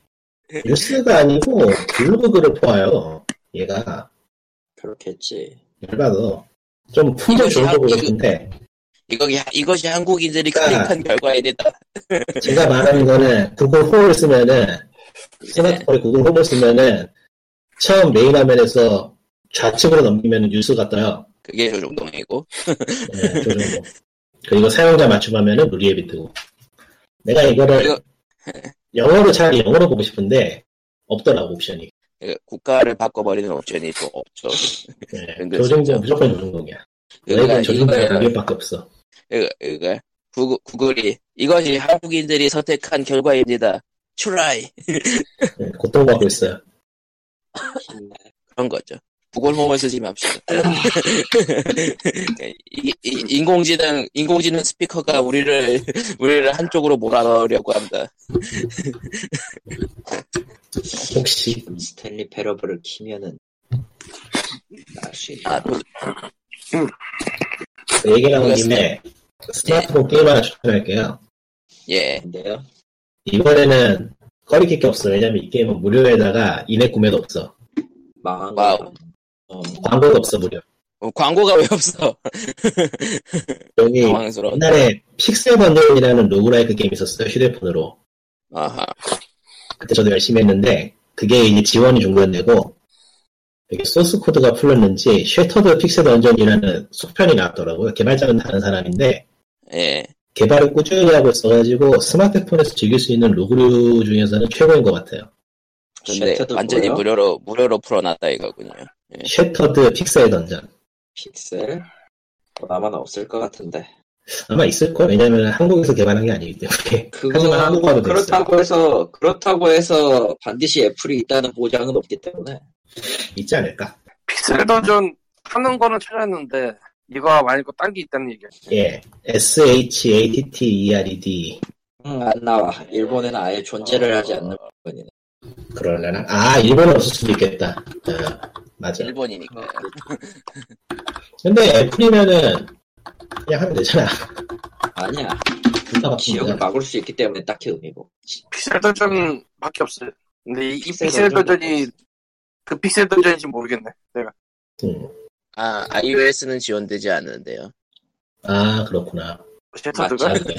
뉴스가 아니고 블로그 글을 퍼와요. 얘가 그렇겠지. 열받아. 좀 품절 좋은 거 이거- 같은데 이거기 이것이 한국인들이 아. 클릭한 결과에 대다. 제가 말하는 거는 구글 홈을 쓰면은 네. 스마트폰에 구글 홈을 쓰면은 처음 메인 화면에서 좌측으로 넘기면 뉴스가 떠요. 그게 조종동이고. 네, 그 정도. 그리고 사용자 맞춤하면은 무리 앱이 뜨고. 내가 이거를 그리고- 영어로 차라리 영어로 보고 싶은데 없더라고 옵션이. 그 국가를 바꿔버리는 옵션이 또 없죠. 네, 근데 조정전 무조건 조정동이야. 그러니까 왜냐면 조정동이 이거는 무리밖에 없어. 그그까 구글, 구글이 이것이 한국인들이 선택한 결과입니다. 트라이 네, 고통받고 있어요. 그런 거죠. 구글 홈을 쓰지 맙시다. 이- 이- 인공지능 인공지능 스피커가 우리를 우리를 한쪽으로 몰아넣으려고 합니다. 혹시 스탠리 패러블을 키면은 알수 아, 있다. 도- 얘기 나온 김에 스마트폰 게임 하나 추천할게요. 예, 근데요. 이번에는 거리낄 게 없어. 왜냐면 이 게임은 무료에다가 인앱 구매도 없어. 망한 와우. 거. 어, 광고도 없어 무료. 어, 광고가 왜 없어? 예. 여기 당황스러워. 옛날에 픽셀 번들이라는 로그라이크 게임 있었어요 휴대폰으로. 아하. 그때 저도 열심히 했는데 그게 이제 지원이 중단되고 이게 소스 코드가 풀렸는지 쉐터드 픽셀 던전이라는 속편이 나왔더라고요. 개발자는 다른 사람인데 예. 개발을 꾸준히 하고 있어가지고 스마트폰에서 즐길 수 있는 로그류 중에서는 최고인 것 같아요. 근데 쉘터도 완전히 뭐예요? 무료로 무료로 풀어놨다 이거군요. 쉐터드 픽셀 던전 픽셀 뭐 나만 없을 것 같은데. 아마 있을 거예요. 왜냐면 한국에서 개발한 게 아니기 때문에. 하지만 한국어도 돼 있어요. 그렇다고 해서 그렇다고 해서 반드시 애플이 있다는 보장은 없기 때문에 있지 않을까? 픽셀 던전 하는 거는 찾았는데 이거 말고 딴 게 있다는 얘기야. 예. S H A T T E R E D 음, 안 나와. 일본에는 아예 존재를 하지 않는 물건이네. 그럴려나? 아 일본은 없을 수도 있겠다. 어, 맞아. 일본이니까. 근데 애플이면은 그냥 하면 되잖아. 아니야. 둘다 지역을 같은 거. 막을 수 있기 때문에 딱히 의미고. 픽셀 던전밖에 없어요. 근데 이, 이 픽셀 픽셀 던전도 던전이 그 픽셀 던전인지 모르겠네. 내가 음. 아 iOS는 지원되지 않는데요. 아 그렇구나. 쉘터드가 잘 돼.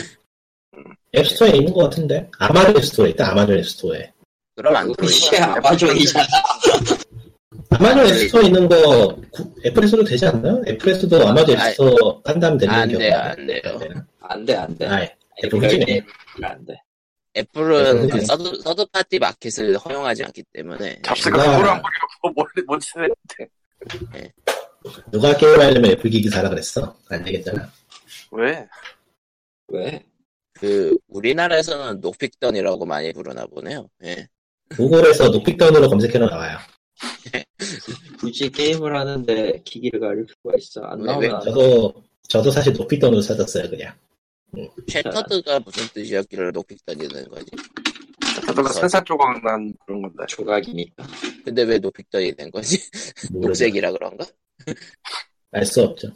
앱스토어에 있는 것 같은데 아마존 앱스토어에 있다. 아마존 앱스토어에. 그럼 안 들어. 그것이 아마존이잖아. 아마존 앱스토어 에 있는 거 구- 애플에서도 되지 않나요? 애플에서도 아마존 아, 앱스토어 한다면 되는 안 기억 돼요, 나요. 안 돼요. 안 돼, 안 돼. 아, 애플 별게 후지네. 안 돼. 애플은 네. 서드 서드 파티 마켓을 허용하지 않기 때문에 잡스가 누가- 그걸 안 보려고 몰래 뭔지 했대. 누가 게임하려면 애플 기기 사라 그랬어. 안 되겠잖아. 왜? 왜? 그 우리나라에서는 녹픽던이라고 많이 부르나 보네요. 예. 구글에서 녹픽던으로 검색해도 나와요. 굳이 게임을 하는데 기기를 가릴 필요가 있어. 안 왜, 나오면 왜? 안 나와. 네, 저도 저도 사실 녹픽던으로 찾았어요 그냥. 쉘터드가 무슨 뜻이었길래 녹픽던이라는 거지? 쉘터드가 산사 조각 난 그런 건데. 조각이니까. 근데 왜 녹픽던이 된 거지? 녹색이라 그런가? 알수 없죠.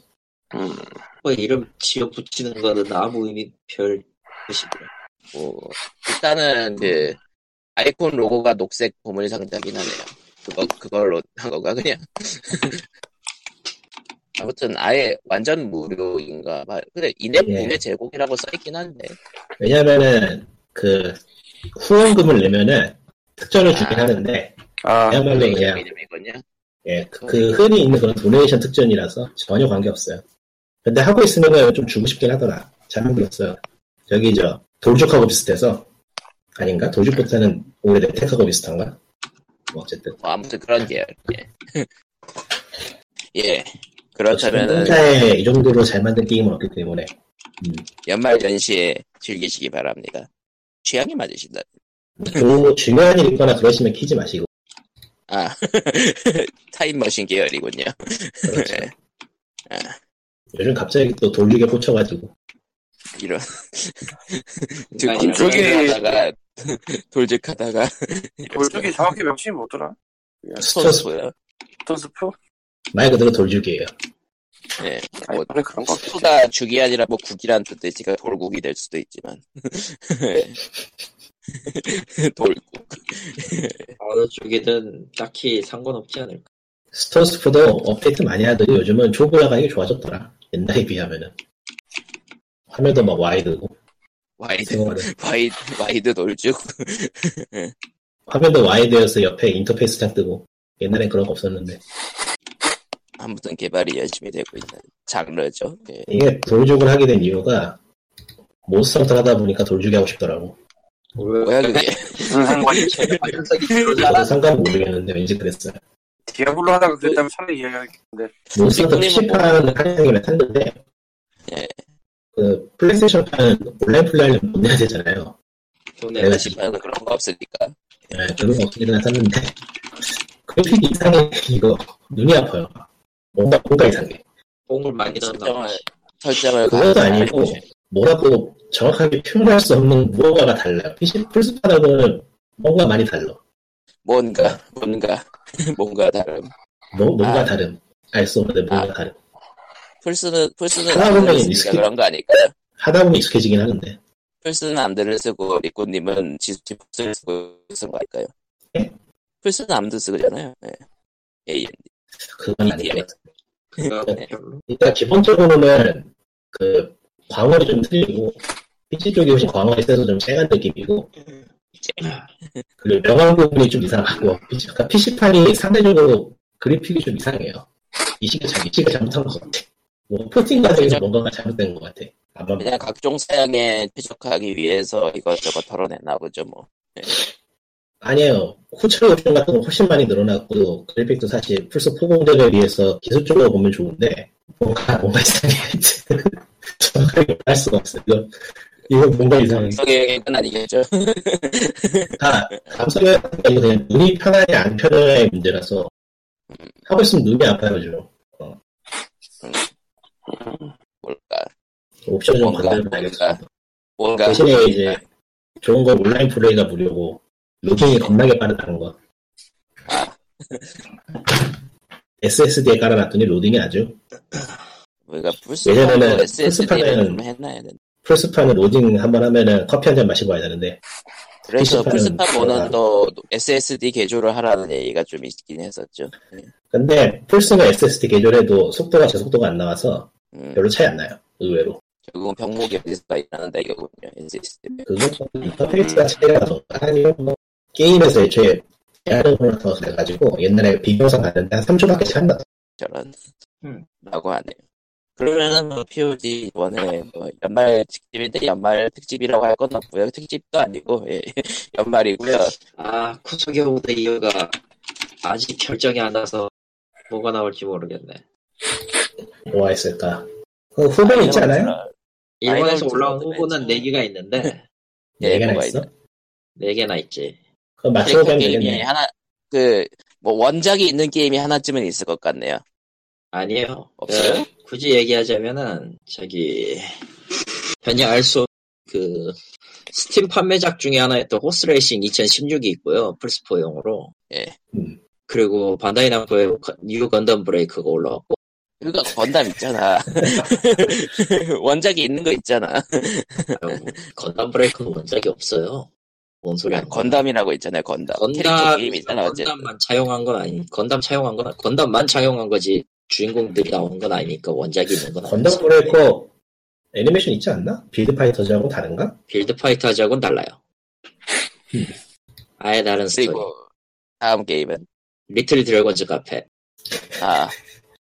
음. 뭐 이름 지어 붙이는 거는 아무 의미 별 뜻이 없 뭐 일단은 그 아이콘 로고가 녹색 보물 상자긴 하네요. 그거 그걸로 한 건가 그냥. 아무튼 아예 완전 무료인가 봐. 근데 인앱 예. 구매 제공이라고 써 있긴 한데. 왜냐면은 그 후원금을 내면은 특전을 주긴 아. 하는데 아, 그야말로 도네이션 그냥 개념이군요. 예, 그, 그 흔히 있는 그런 도네이션 특전이라서 전혀 관계 없어요. 근데 하고 있으면 은좀 주고 싶긴 하더라. 잘 만들었어요. 저기 저 돌죽하고 비슷해서 아닌가? 돌죽보다는 오래된 택하고 비슷한가? 뭐 어쨌든 뭐 아무튼 그런 계열. 예. 예. 그렇다면 혼자에 이 정도로 잘 만든 게임은 없기 때문에 음. 연말 연시에 즐기시기 바랍니다. 취향이 맞으신다. 그 중요한 일 있거나 그러시면 키지 마시고 아 타임머신 계열이군요. 네. 아. 그렇죠. 요즘 갑자기 또 돌리게 꽂혀가지고 이런 그러니까 지금 저기- 돌직하다가 돌직하다가 돌쪽이 정확히 명칭이 뭐더라? 스톤스포요. 스톤스프? 말 그대로 돌죽이에요. 예, 아니, 뭐 원래 그런 거 없겠지. 수가 죽이 아니라 뭐 국이란 뜻도 있으니까 돌국이 될 수도 있지만 돌국 어느 쪽이든 딱히 상관없지 않을까. 스톤스프도 업데이트 많이 하더니 요즘은 초보자가 이게 좋아졌더라. 옛날에 비하면은. 화면도 막 와이드고. 와이드 생활은. 와이드 와이드 돌죽 화면도 와이드여서 옆에 인터페이스 창 뜨고. 옛날엔 그런 거 없었는데. 아무튼 개발이 열심히 되고 있는 장르죠. 예. 이게 돌죽을 하게 된 이유가 몬스터hun터 하다 보니까 돌죽이 하고 싶더라고. 뭐야 그게 무슨 상관이 있지? 발전석이 저도 들어오잖아. 상관은 모르겠는데 왠지 그랬어요. 디아블로 하다가 그랬다면 차라리 이해하겠는데 몬스터hun터 닉네임은 PC판 한정이라 샀는데 예. 그 플레이스테이션판 온라인 플레이를 못 내야 되잖아요. 돈에 내가 시는 그런 거 없으니까 예, 그런 어플이나 샀는데 그래픽 이상해 이거 눈이 아파요. 뭔가 뭔가 이상해. 뽕을 네, 많이 넣었나. 설정을 설정을 그것도 다- 아니고 뭐라고 정확하게 표현할 수 없는 무언가가 달라요. PC 플스판하고는 뭔가 많이 달라. 뭔가 뭔가 뭔가 다른 뭐, 뭔가 아. 다른 알 수 없는데 뭔가 아. 다른 플스는 플스는 하나 보면 안드로이드니까 익숙해. 그런 거 아닐까? 하다 보면 익숙해지긴 하는데 플스는 안드를 쓰고 리코님은 지스티 플스를 쓰고 쓴거 아닐까요? 예? 플스는 암드 쓰잖아요. 예. 어. 예, 예. 그건 아닌 것 같아요. 그거 네. 별로. 일단 기본적으로는 그 광원이 좀 틀리고 PC 쪽이 훨씬 광원이 세서 좀 세간 느낌이고 그리고 명암 부분이 좀 이상하고 PC, 그러니까 PC판이 상대적으로 그래픽이 좀 이상해요 이시가 잘, 이시가 잘못한 것 같아 뭐 포팅 과정에서 뭔가가 잘못된 것 같아 아마 그냥 각종 사양에 최적화하기 위해서 이것저것 털어냈나 보죠, 뭐. 아니에요 후처리 옵션 같은 건 훨씬 많이 늘어났고 그래픽도 사실 플스 4 공작에 비해서 기술적으로 보면 좋은데 뭔가 뭔가 이상해 정확하게 말할 수가 없어 이거 이거 뭔가 이상해 성격은 아니겠죠? 아, 감성이 그냥 눈이 편하냐 안 편하냐의 문제라서 하고 있으면 눈이 아파요 좀 뭘까? 옵션 좀 뭔가, 만들어봐야겠어 뭔가. 대신에 이제 좋은 건 온라인 플레이가 무료고 로딩이 겁나게 빠르다는 거 SSD에 깔아놨더니 로딩이 아주 우리가 예전에는 플스판도 SSD를 플스판에는 좀 네. 했나야 되는데. 플스판은 로딩 한 번 하면은 커피 한 잔 마시고 와야 되는데 그래서 PC판은 플스판 모는 또 SSD 개조를 하라는 얘기가 좀 있긴 했었죠. 예. 근데 플스가 SSD 개조해도 속도가 제 속도가 안 나와서 음, 별로 차이 안 나요 의외로 결국은 병목이 어디서 일어나는 대결군요, SSD. 그것도 인터페이스가 차이가 나서 아니면 뭐 게임에서 애초에 제한을 걸어서 그래가지고 옛날에 비교상 갔는데 한 3초밖에 차이 안 났어 저런 음. 라고 하네요. 그러면은 뭐 POG 이번에 뭐 연말 특집인데 연말 특집이라고 할 건 없고요. 특집도 아니고 예, 연말이고요. 아, 쿠소기 오대 이유가 아직 결정이 안 나서 뭐가 나올지 모르겠네. 뭐가 있을까 그 후배 네, 있잖아요 일본에서 아이돌 올라온 드로드 후보는 벤츠. 4개가 있는데, 예, 얘가 뭐가 있어 있나? 네개나 있지. 그거 맞춰 그러니까 보면 게임이 아, 되겠네 하나 그 뭐 원작이 있는 게임이 하나쯤은 있을 것 같네요. 아니에요. 없어요? 그, 굳이 얘기하자면은, 저기, 전혀 알수 그, 스팀 판매작 중에 하나였던 호스레이싱 2016이 있고요. 플스4용으로. 예. 음. 그 리고 반다이 남코의 뉴 건담 브레이크가 올라왔고, 그거 건담 있잖아. 원작이 있는 거 있잖아. 아이고, 건담 브레이크는 원작이 없어요. 뭔 소리야. 건담이라고 있잖아요. 건담. 캐릭터 건담, 게임이잖아. 그러니까 어쨌든. 건담만 차용한 건 아니, 건담 차용한 건, 아니- 건담만 차용한 거지, 주인공들이 나온 건 아니니까 원작이 있는 건 건담 아니지. 브레이커 그 애니메이션 있지 않나? 빌드 파이터즈하고 다른가? 빌드 파이터즈하고는 달라요. 음. 아예 다른 스토리. 그리고 다음 게임은 리틀 드래곤즈 카페. 아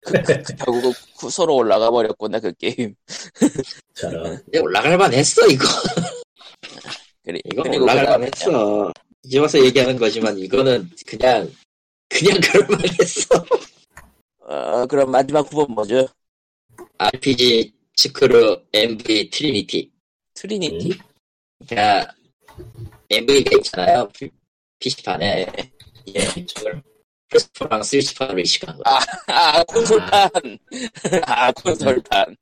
그, 결국은 쿠소로 올라가 버렸구나 그 게임. 저런 근데 올라갈 만 했어, 이거. 그리, 이거 그리고 올라갈 만 그다음에 했어. 이제 와서 얘기하는 거지만, 이거는 그냥, 그냥 그럴 만 했어. 어, 그럼 마지막 후보 뭐죠? RPG 치크루 MV 트리니티. 네. 트리니티? 그러니까, MV가 있잖아요. PC판에. 예, 이쪽을 플스4랑 스위치판으로 이식한 거. 아, 콘솔판. 아, 콘솔판.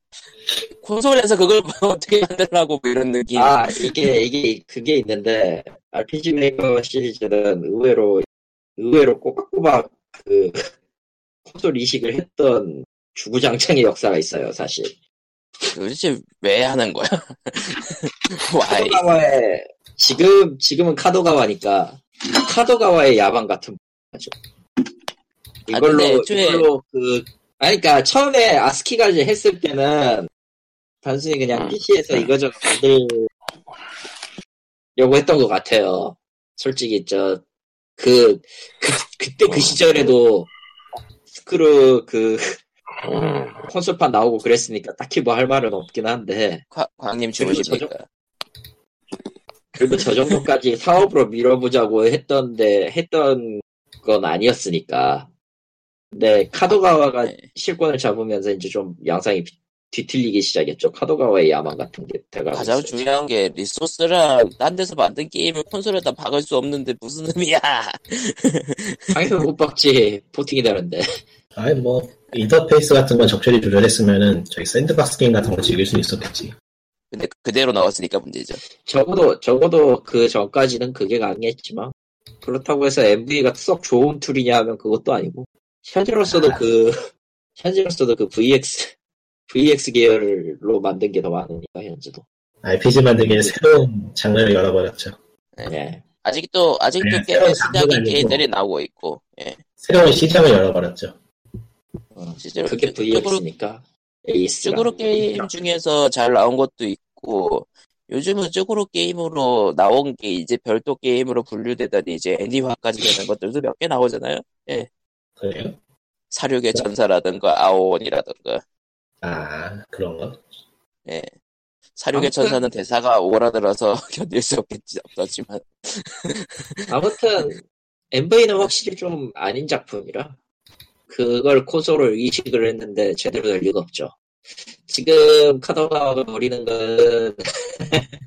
콘솔에서 그걸 어떻게 만들라고 뭐 이런 느낌. 아, 이게, 이게, 그게 있는데, RPG 메이커 시리즈는 의외로, 의외로 꼬박꼬박 그, 콘솔 이식을 했던 주구장창의 역사가 있어요, 사실. 도대체 왜 하는 거야? 와이. 카도가와의, 지금, 지금은 카도가와니까, 카도가와의 야방 같은 거죠. 아, 이걸로, 근데 애초에- 이걸로 그, 아니, 그니까, 처음에 아스키가 이제 했을 때는, 단순히 음. 그냥 PC에서 네. 이거저거 만들려고 했던 것 같아요. 솔직히, 저, 그, 그, 그때 그 시절에도, 스크루, 그, 음. 콘솔판 나오고 그랬으니까 딱히 뭐 할 말은 없긴 한데, 과- 광님 그리고 주무십니까? 그리고 저 정도까지 사업으로 밀어보자고 했던데 했던 건 아니었으니까. 근데 카도가와가 네. 실권을 잡으면서 이제 좀 양상이 뒤- 뒤틀리기 시작했죠. 카도가와의 야망 같은 게 돼가고 가장 있어요. 중요한 게 리소스랑 딴 데서 만든 게임을 콘솔에다 박을 수 없는데 무슨 의미야? 당연히 못 박지 포팅이 다른데. 아니 뭐 인터페이스 같은 건 적절히 조절했으면은 저희 샌드박스 게임 같은 걸 즐길 수 있었겠지. 근데 그대로 나왔으니까 문제죠. 적어도 적어도 그 전까지는 그게 강했지만 그렇다고 해서 MV가 썩 좋은 툴이냐 하면 그것도 아니고 아. 현재로서도 그 현재로서도 그 VX VX 계열로 만든 게 더 많으니까 현재도. RPG 만들기에 새로운 장르를 열어버렸죠. 네. 아직도 아직도 네, 게임의 새로운 시작인 장르가 게임들이 나오고 있고, 예, 새로운 시장을 열어버렸죠. 실제로 그게 쭉- 쭉으로 VX니까. 에이스가. 쭈그로 게임 중에서 잘 나온 것도 있고 요즘은 쭈그로 게임으로 나온 게 이제 별도 게임으로 분류되다니 이제 애니화까지 되는 것들도 몇 개 나오잖아요. 그래요? 네. 사륙의 전사라든가 아오원이라든가 아 그런가? 사륙의 아무튼- 전사는 대사가 오라들어서 견딜 수 없겠지 없지만 아무튼, MV는 확실히 좀 아닌 작품이라. 그걸 콘솔로 이식을 했는데 제대로 될 리가 없죠. 지금 카더가와가 노리는 건,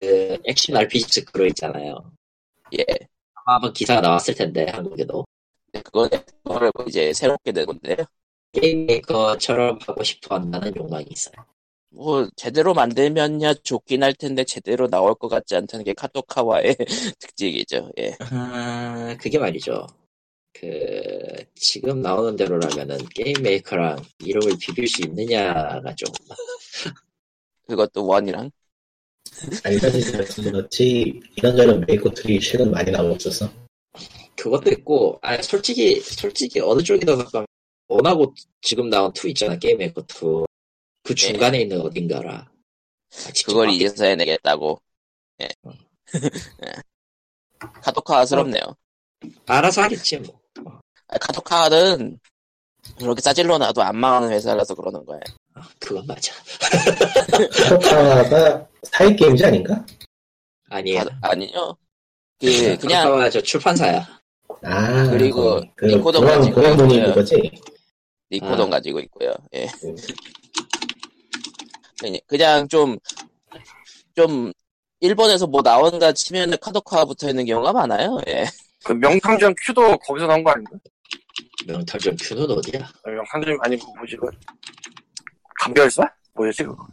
그, 액션 RPG 스크로 있잖아요. 예 아마 한번 기사가 나왔을 텐데, 한국에도. 그건 그거를 뭐 이제 새롭게 된 건데요. 게임 메이커처럼 하고 싶어 한다는 욕망이 있어요. 뭐 제대로 만들면야 좋긴 할 텐데 제대로 나올 것 같지 않다는 게 카토카와의 특징이죠. 예. 아, 그게 말이죠. 그, 지금 나오는 대로라면은 게임 메이커랑 이름을 비빌 수 있느냐가 좀, 그것도 원이랑 알다시피 그렇지 이런저런 메이커 툴이 최근 많이 나오고 있어서 그것도 있고, 아, 솔직히, 솔직히 어느 쪽이든 상관없- 원하고 지금 나온 2 있잖아, 게임 메이커 2. 그 중간에 있는 어딘가라. 아, 직접 네. 그걸 막- 이제서 해내겠다고. 예. 카토카스럽네요. 알아서 하겠지, 뭐. 아, 카토카는 그렇게 짜질러 놔도 안 망하는 회사라서 그러는 거예요. 아, 그건 맞아. 카카오가 사이 게임즈 아닌가? 아니에요. 가- 아니요. 네. 그 그냥 그렇다고 저 출판사야. 아 그리고 그 리코더 그런 가지고 그런 돈이 있어요. 그거지. 리코돈 아. 가지고 있고요. 예. 음. 그냥- 그냥 좀, 좀, 일본에서 뭐 나온다 치면은 카도카 붙어 있는 경우가 많아요. 예. 그 명탐정 큐도 거기서 나온 거 아닌가? 명탐정 큐는 어디야? 아, 명탐정 아니고 뭐지 그 감별사? 뭐였지 그거? 뭐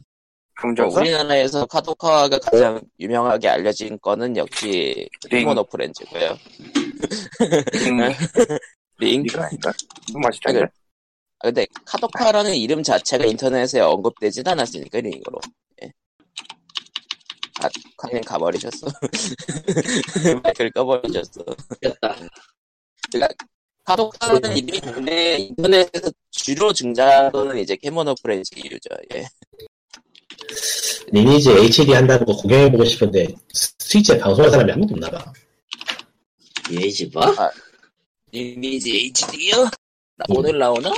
감정사? 우리나라에서 카도카가 가장 유명하게 알려진 거는 역시 링. 키모노 프렌즈고요. 음, 링. 이거 아닌가? 이거 맛있던데? 그러니까 아, 근데 카도카라는 이름 자체가 인터넷에 언급되진 않았으니까 링으로. 예. 아, 광님 가버리셨어. 마이크를 꺼버리셨어. 됐다. 카도카라는 이름이 근데 인터넷에서 주로 등장하는 거는 이제 캐모노 프렌즈 유저. 예. 리니지 HD 한다는 거 구경해보고 싶은데 스위치에 방송하는 사람이 아무도 없나 봐. 예이지 뭐? 마? 이미지 HD요? 오늘 나오나?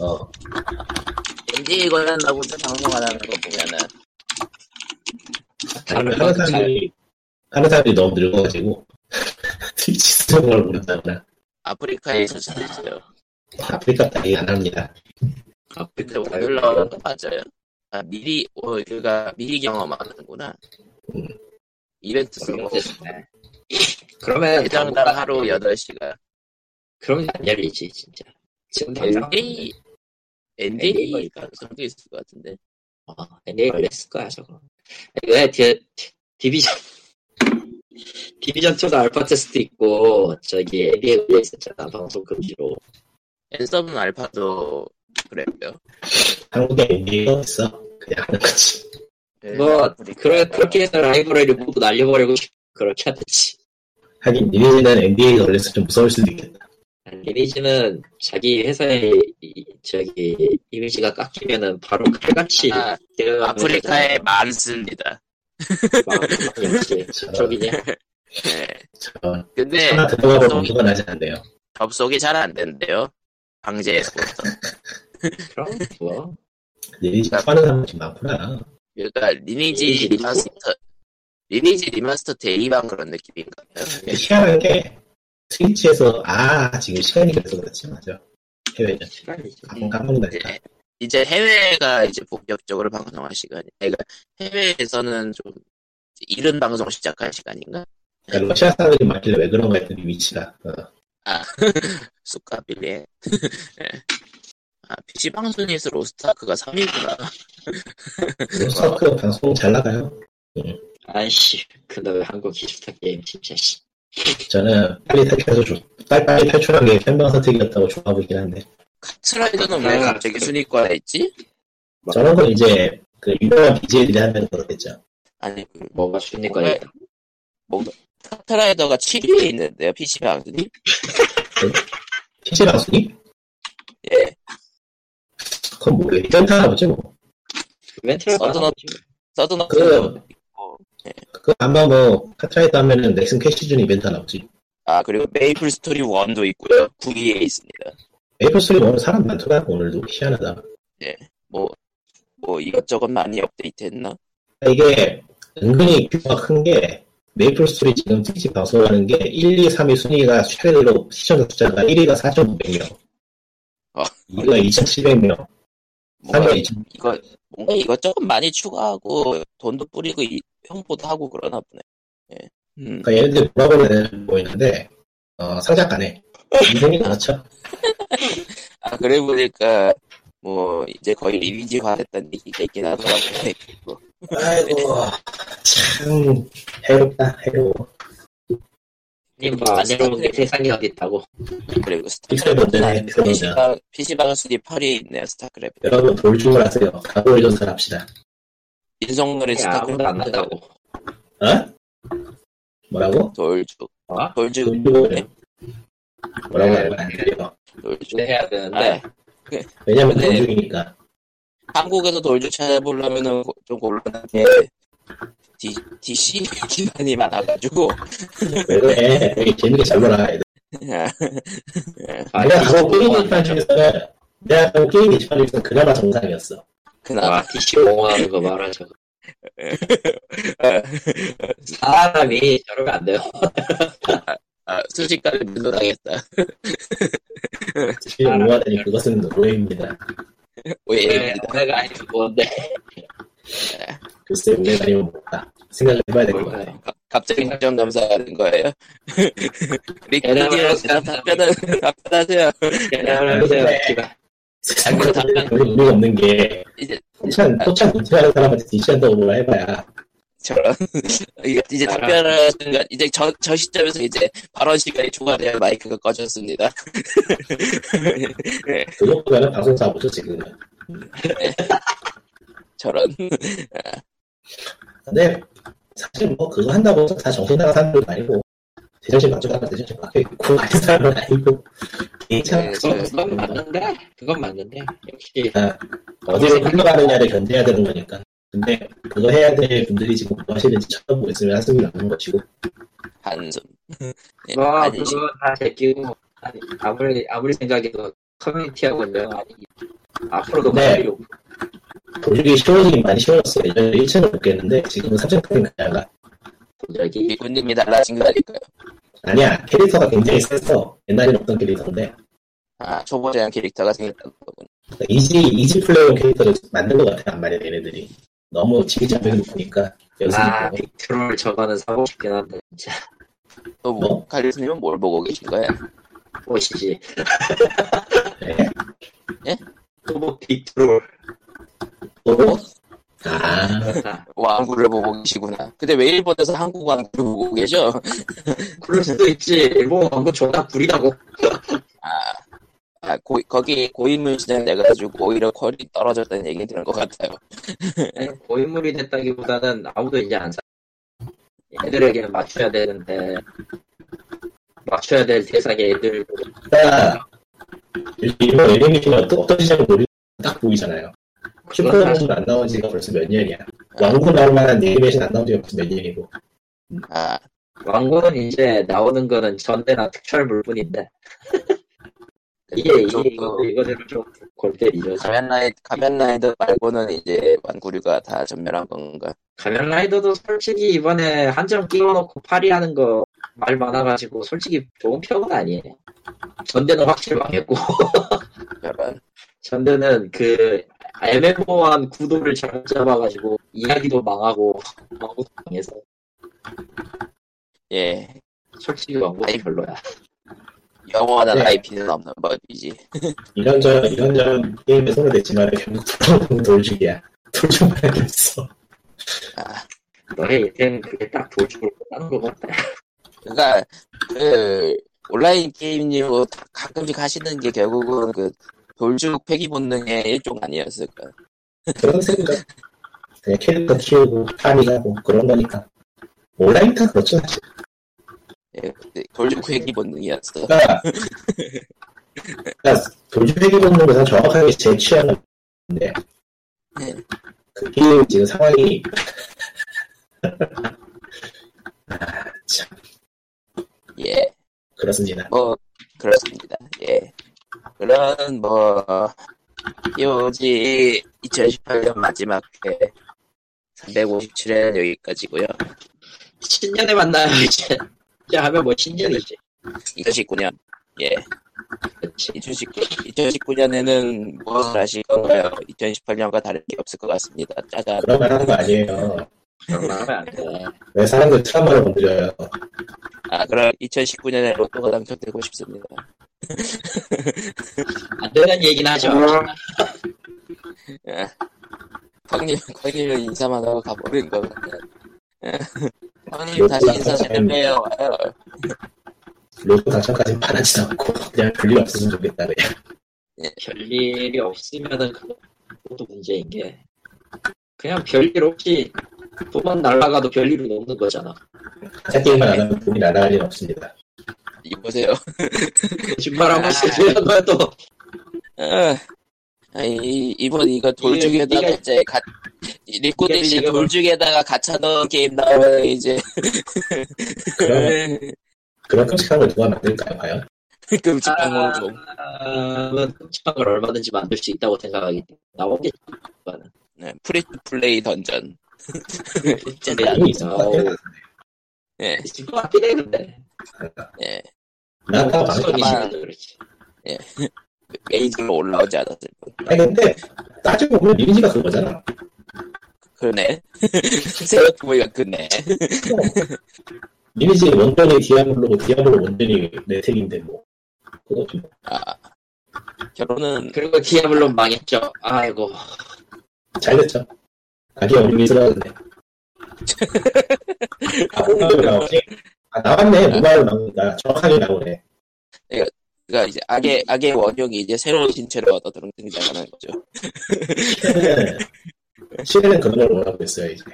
어. NDA 걸렸나고 방송 안 하는 거 보면은. 아니, 다른 하는 건잘 사람이 하는 사람이 너무 늙어가지고 트위치 쓰는 걸 모른다거나 아프리카에서 잘했어요. 아프리카 따위 안 합니다. 근데 아프리카 오늘 나오는 거 음, 맞아요. 아, 미리, 어, 그가 미리 경험하는구나. 음. 이벤트 성공. 그러면 해당당 하루 음. 8시간. 그러면 안 열리지 아, 진짜. 지금 당장 NDA, NDA 가능성도 있을 것 같은데. 어, NA 걸렸을 거야, 저거. 왜, 디, 디비전, 디비전2도 알파 테스트 있고, 저기, NA 걸려있었잖아, 방송 금지로. 엔서브 알파도 그랬고요. 한국에 인기가 있어. 그냥 하는 거지. 예, 뭐, 아프리카. 그러, 그렇게 해서 라이브러리를 모두 날려버리고 싶- 그렇게 하듯이. 하긴 니네는 NBA 걸려서 좀 무서울 수도 있겠다. 리니지는 자기 회사의, 이- 저기, 이미지가 깎이면은 바로 칼같이. 아, 대응하는 아프리카에 회사잖아. 많습니다. 막- 역시, 저, 저기냐. 예. 아, 저 근데 하나 들어가도 저기- 공부가 나지 않네요. 접속이 잘 안 된대요. 방제에서부터. 그럼, 뭐. 니네집 파는 사람 좀 많구나. 그러니까 리니지 리니지 리스크? 리마스터 리니지 리마스터 대이방 그런 느낌인가 봐요. 네. 근데 희한한 게 트위치에서 아 지금 시간이 그래서 그렇지 맞아. 해외는 시간이죠. 가끔 까먹는다니까. 이제, 예, 이제 해외가 이제 본격적으로 방송할 시간이 그러니까 해외에서는 좀 이른 방송 시작할 시간인가? 그러니까 러시아 사람들이 많길래 왜 그런가 했더니 위치가 어. 아. 쑥가빌리에 예. 아, PC방 순위에서 로스타크가 3위구나. 로스타크 방송 잘 나가요. 아이씨, 근데 왜 한국 기술타 게임 진짜, 씨. 저는 빨리 탈출해서 좋, 빨리, 빨리 탈출한 게 현명 선택이었다고 좋아하고 있긴 한데 트라이더는 왜 아, 갑자기 순위권에 있지? 저런 건 이제 그 유명한 BJ들이 하면 그렇겠죠. 아니, 그 뭐가 순위권이 카트라이더가 7위에 있는데요, PC방 순위? 실제 방송이? 예. 그건 뭐예요? 이벤트 하나 보지 뭐. 그 멘트를 어떤 받아보지. 서든어크 예. 그, 그 아마 뭐 카트라이더 하면은 넥슨 캐시즌 이벤트 하나 보지. 아 그리고 메이플 스토리 1도 있고요 9위에 있습니다 에이프 스리 오늘 사람 많더라 오늘도 희한하다. 뭐, 뭐 이것저것 많이 업데이트했나? 그러니까 이게 은근히 규모가 큰 게 메이플 스토리 지금 트위치 방송하는 게 1, 2, 3위 순위가 최대로 시청자 숫자가 1위가 4,500명, 아. 2위가 2,700명, 뭔가 3위가 2,000명. 이거 뭔가 이것저것 많이 추가하고 돈도 뿌리고 이- 홍보도 하고 그러나 보네 예. 음, 그러니까 얘네들 뭐라고 되는 보이는데 어, 상작가네. 인생이 그렇죠. 아 그래 보니까 뭐 이제 거의 리니지화 됐다는 얘기가 있긴 하더라고요 아이고 참 해롭다 해로워. 님뭐안해로운게 세상에 어디 있다고. 그리고 픽셀 스타크래프트 아, 문제네, 픽셀 문제. PC방, PC방 순위 8위에 있네요 스타크래프트 여러분 돌 주고 하세요. 각오를 좀 살합시다. 인성놀이 야, 아무도 안 스타크래프트 한다고. 어? 뭐라고? 돌죽 어? 돌죽 돌 주고 해요. 뭐라고 하는 거야? 안 들려. 돌죽 해야 아, 되는데. 왜냐면 네. 돈 중이니까. 한국에서 돌주 찾아보려면은 고- 좀 곤란한 게 D, DC 기반이 많아가지고 왜 그래? 여기 재밌게 잘 놀아. 애들. 아, 내가 가고 디시오 게임 옹호하는 게시판 중에서는 내가 가고 게임 게시판 중에서는 그나마 정상이었어. 거. 그나마 와, 아, 디시오 옹호하는 거 봐라, 저거. 사람이 저러면 안 돼요. 아, 순식간에 밀려나겠다 지금 응원하니 그것은 노예입니다. 네, 오해입니다 내가 아니면 뭔데. 글쎄 오래 다니면 못다. 생각을 해봐야 될 것 같아. 가- 갑자기 사전 감사하는 거예요 리키디어 대답 답변을 답변하세요 그냥 세요 네. 기발. 세상 사람들이 별로 의미가 없는 게 이제 포찬 포찬 도착하는 사람한테 디시한다고 뭐라 해봐야 저런 이게 이제 답변을 순간 이제 저, 저 시점에서 이제 발언 시간이 초과되어 마이크가 꺼졌습니다 그것보다는 방송사고죠 지금은. 저런 근데 사실 뭐 그거 한다고 해서 다 정신 나간 사람들도 아니고 제정신 맞춰 사람 제정신 맞춰 있고 아닌 사람은 아니고 괜찮아. 그건, 그건 맞는데? 그건 맞는데. 역시, 어디로 흘러가느냐를 견뎌야 되는 거니까. 근데 그거 해야 될 분들이 지금 뭐 하시는지 쳐다보고 있으면 한숨이 나는 것이고 한숨 예, 뭐, 한심. 그거 다 제끼고. 아니, 아무리, 아무리 생각해도 커뮤니티하고는 아니, 앞으로도 네. 필요 없고. 돌리기 쉬워지긴 많이 쉬워졌어요. 예전에 1층은 없겠는데 지금은 3층까지 가야 가. 저기, 미군님이 달라진 거 아닐까요? 아니야 캐릭터가 굉장히 세서 옛날에는 없던 캐릭터인데 아, 초보자형 캐릭터가 생겼다는 거군요. 이지 이지 플레이어 캐릭터를 만든 것 같아 말이야 얘네들이 너무 지기자벽이 높으니까 연습이 아, 고 빅트롤 저거는 사고 싶긴 한데, 진짜. 또, 뭐, 뭐? 칼리스님은 뭘 보고 계신 거예요? 옷이지. 네. 또뭐 빅트롤. 또 뭐? 어? 아, 왕구를 보고 계시구나. 근데 왜 일본에서 한국 왕구를 보고 계셔? 그럴 수도 있지. 일본 광고 존나 구리다고. 아, 아, 고- 거기 고인물 진행돼가지고 오히려 퀄이 떨어졌다는 얘기 들은 것 같아요. 고인물이 됐다기보다는 아무도 이제 안 사. 애들에게 맞춰야 되는데 맞춰야 될 대상에 애들 그러니까 일본 애니메이션은 또 어떤 시장을 노리딱 보이잖아요. 슈퍼맨은 안 나온 지가 벌써 몇 년이야. 왕국 나올 만한 애니메이션 안 나온 지가 벌써 몇 년이고. 아, 광고는 이제 나오는 거는 전대나 특촬물 뿐인데 이게 이게 이거 이거대로 좀골 때리죠. 가면라이, 가면라이더 말고는 이제 완구류가 다 전멸한 건가? 가면라이더도 솔직히 이번에 한 점 끼워놓고 파리하는 거 말 많아가지고 솔직히 좋은 편은 아니에요. 전대는 확실히 망했고 저런. 전대는 그 애매모호한 구도를 잘못 잡아가지고 이야기도 망하고 망고도 망해서 예. 솔직히 망고 아이, 별로야. 영원한 네. IP는 없는 법이지. 이런저런, 이런저런 게임에 손을 댔지만 결국 돌아오는 돌죽이야. 돌죽 말이 없어. 너의 인생은 그게 딱 돌출을 못하는 것 같아. 그러니까 그 온라인 게임류 가끔씩 하시는 게 결국은 그 돌죽 폐기 본능의 일종 아니었을까? 그런 생각. 그냥 캐릭터 키우고, 파밍하고, 그런 거니까. 온라인 다 그렇죠. 사실. 예, 그때 돌죽 회기 본능이었어. 그러니까, 그러니까 돌죽 해결 없는 것은 정확하게 제 취향은 근데, 네. 그게 지금 상황이. 아, 참, 예. 그렇습니다. 뭐 그렇습니다. 예. 그런 뭐 요지 2018년 마지막 회 357회는 여기까지고요. 신년에 만나요 이제. 이제 하면 뭐 신년이지. 2019년 예. 그렇지. 2019 2019년에는 무엇을 하실 건가요? 2018년과 다를 게 없을 것 같습니다. 짜잔. 그런 말 하는 거 아니에요. 그런 말 하면 안 돼. 왜 사람들 트라우마를 건드려요. 아 그럼 2019년에 로또가 당첨되고 싶습니다. 안 되는 얘기는 하죠. 광님 광님은 인사만 하고 가버린 것 같아요. 광님 다시 인사 좀 해요. 와요. 로또 당첨까지 바라지도 않고, 그냥 별일 없었으면 좋겠다, 그냥. 별일이 없으면은 그것도 문제인 게 그냥 별일 없이 돈만 날라가도 별일은 없는 거잖아. 가짜 게임만 안 하면 돈이 날아갈 일은 없습니다. 이보세요. 거짓말하고 있으면 그래도 아, 이, 이번 이거 돌죽에다가 이게- 이제 가, 리코 이게 대신 지금- 돌죽에다가 갇혀 넣은 게임 나오면 이제 네. 그런, 네. 그런 끔찍한 걸 누가 만들까요, 과연? 끔찍한 아. 건 좀. 사람은 끔찍한 걸뭐 얼마든지 만들 수 있다고 생각하기 때문에 나오겠지. 그거는. 네, 프리 투 플레이 던전. 진짜. 근데 이미 나오- 예, 있을 것 같긴 해 근데. 예. 나다 망 손이 아마- 심해서 그렇지. 메이저로 올라오지 않았을 뿐. 아니 근데 따지고 보면 리니지가 그거잖아. 그러네. 생각해보니까 그네. 리니지 원전이 디아블로고 디아블로 원전이 네텍인데 뭐 그거 좀 아. 결혼은, 그리고 디아블로 망했죠. 아이고. 잘됐죠. 가기 어림이 들어가는데. 아, 모바일로 나오지? 아 나왔네 모바일 나온다 정확하게 나오네. 그니까 이제 악의, 악의 원형이 이제 새로운 신체를 얻어 등- 등장하는 거죠. 시대는 시대는 그런 걸 원하고 있어요 이제.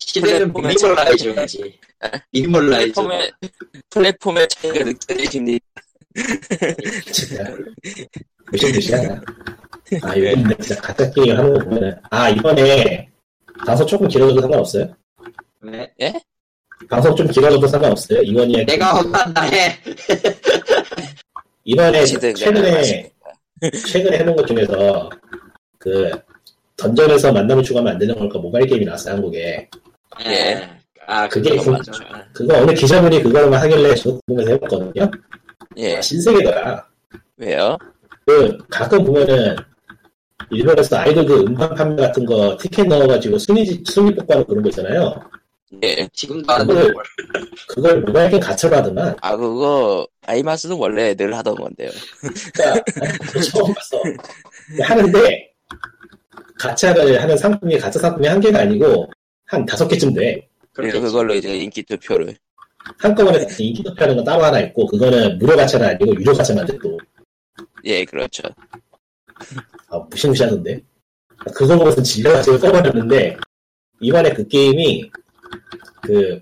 시대는 플랫폼에 미몰 라이즈 가지. 미몰 라이즈. 플랫폼의, 플랫폼의 차이가 느껴지십니까? 진짜 무슨 뜻이야? 아 요즘 진짜 가짜 게임 하는 거 보면은 아 이번에 방송 조금 길어져도 상관없어요? 네. 방송 좀 길어져도 상관없어요? 이번 네. 이야기 내가 혼난다 해. 네, 이번에 시대가 최근에 맞습니다. 최근에 해놓은 것 중에서 그 던전에서 만남을 추가하면 안 되는 걸까 모바일 게임이 나왔어 요 한국에 예. 아 그게 그게 좀- 맞아. 그거 어느 기자분이 그거만 하길래 저도 궁금해서 해봤거든요 아, 예, 신세계더라 왜요? 그 가끔 보면은 일본에서 아이돌 그 음반 판매 같은 거 티켓 넣어가지고 순위 순위 뽑고하는 그런 거 있잖아요 예. 지금도 하는 그걸- 걸. 그걸 모바일 게임 가차로 하더만 아 그거 아이마스는 원래 늘 하던 건데요. 그러니까 처음 봤어 하는데 가차를 하는 상품이 가짜 상품이 한 개가 아니고 한 다섯 개쯤 돼. 그래서 그걸로 이제 인기 투표를 한꺼번에 인기 투표하는 건 따로 하나 있고 그거는 무료 가차는 아니고 유료 가차만 돼도 예 그렇죠. 아, 무시무시하던데. 그거 보고서 질려가지고 써버렸는데 이번에 그 게임이 그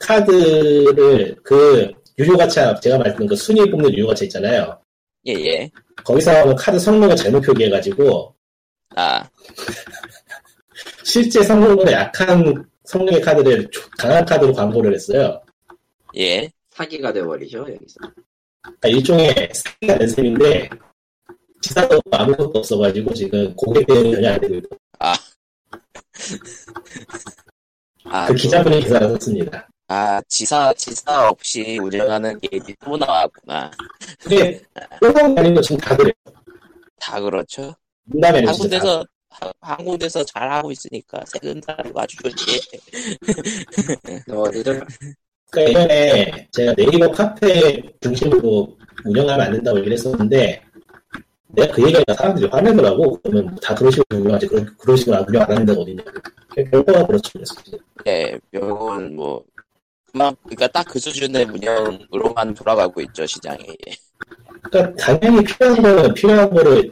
카드를 그 유료 가차 제가 말했던 그 순위 뽑는 유료 가차 있잖아요. 예예. 거기서 하는 카드 성능을 잘못 표기해가지고 아 실제 성능보다 약한 성능의 카드를 조- 강한 카드로 광고를 했어요. 예. 사기가 돼버리죠 여기서. 그러니까 일종의 사기가 된 셈인데 지사도 아무것도 없어가지고 지금 고객 대응이 전혀 안 되고 그 있고 아, 그 또- 기자분이 기사를 썼습니다. 아 지사 지사 없이 운영하는 게임이 또 나왔구나. 근데 일본 아닌 거 지금 다 그래요. 다 그렇죠. 문담에는 한 네, 진짜 다. 군데서 하- 한 군데서 잘 하고 있으니까 세근다로 아주 좋지. 네. 어, 너희들 그러니까 예전에 제가 네이버 카페 중심으로 운영하면 안 된다고 얘기를 했었는데 내가 그 얘기하니까 사람들이 화내더라고. 그러면 다 그런 식으로 운영하지 그런, 그런 식으로 아, 운영 안 하는 데가 어딨냐고. 결과가 그렇죠. 그래서 예, 요건 뭐 그만 그러니까 딱 그 수준의 운영으로만 돌아가고 있죠 시장이. 예. 그러니까 당연히 필요한 거는 필요한 거를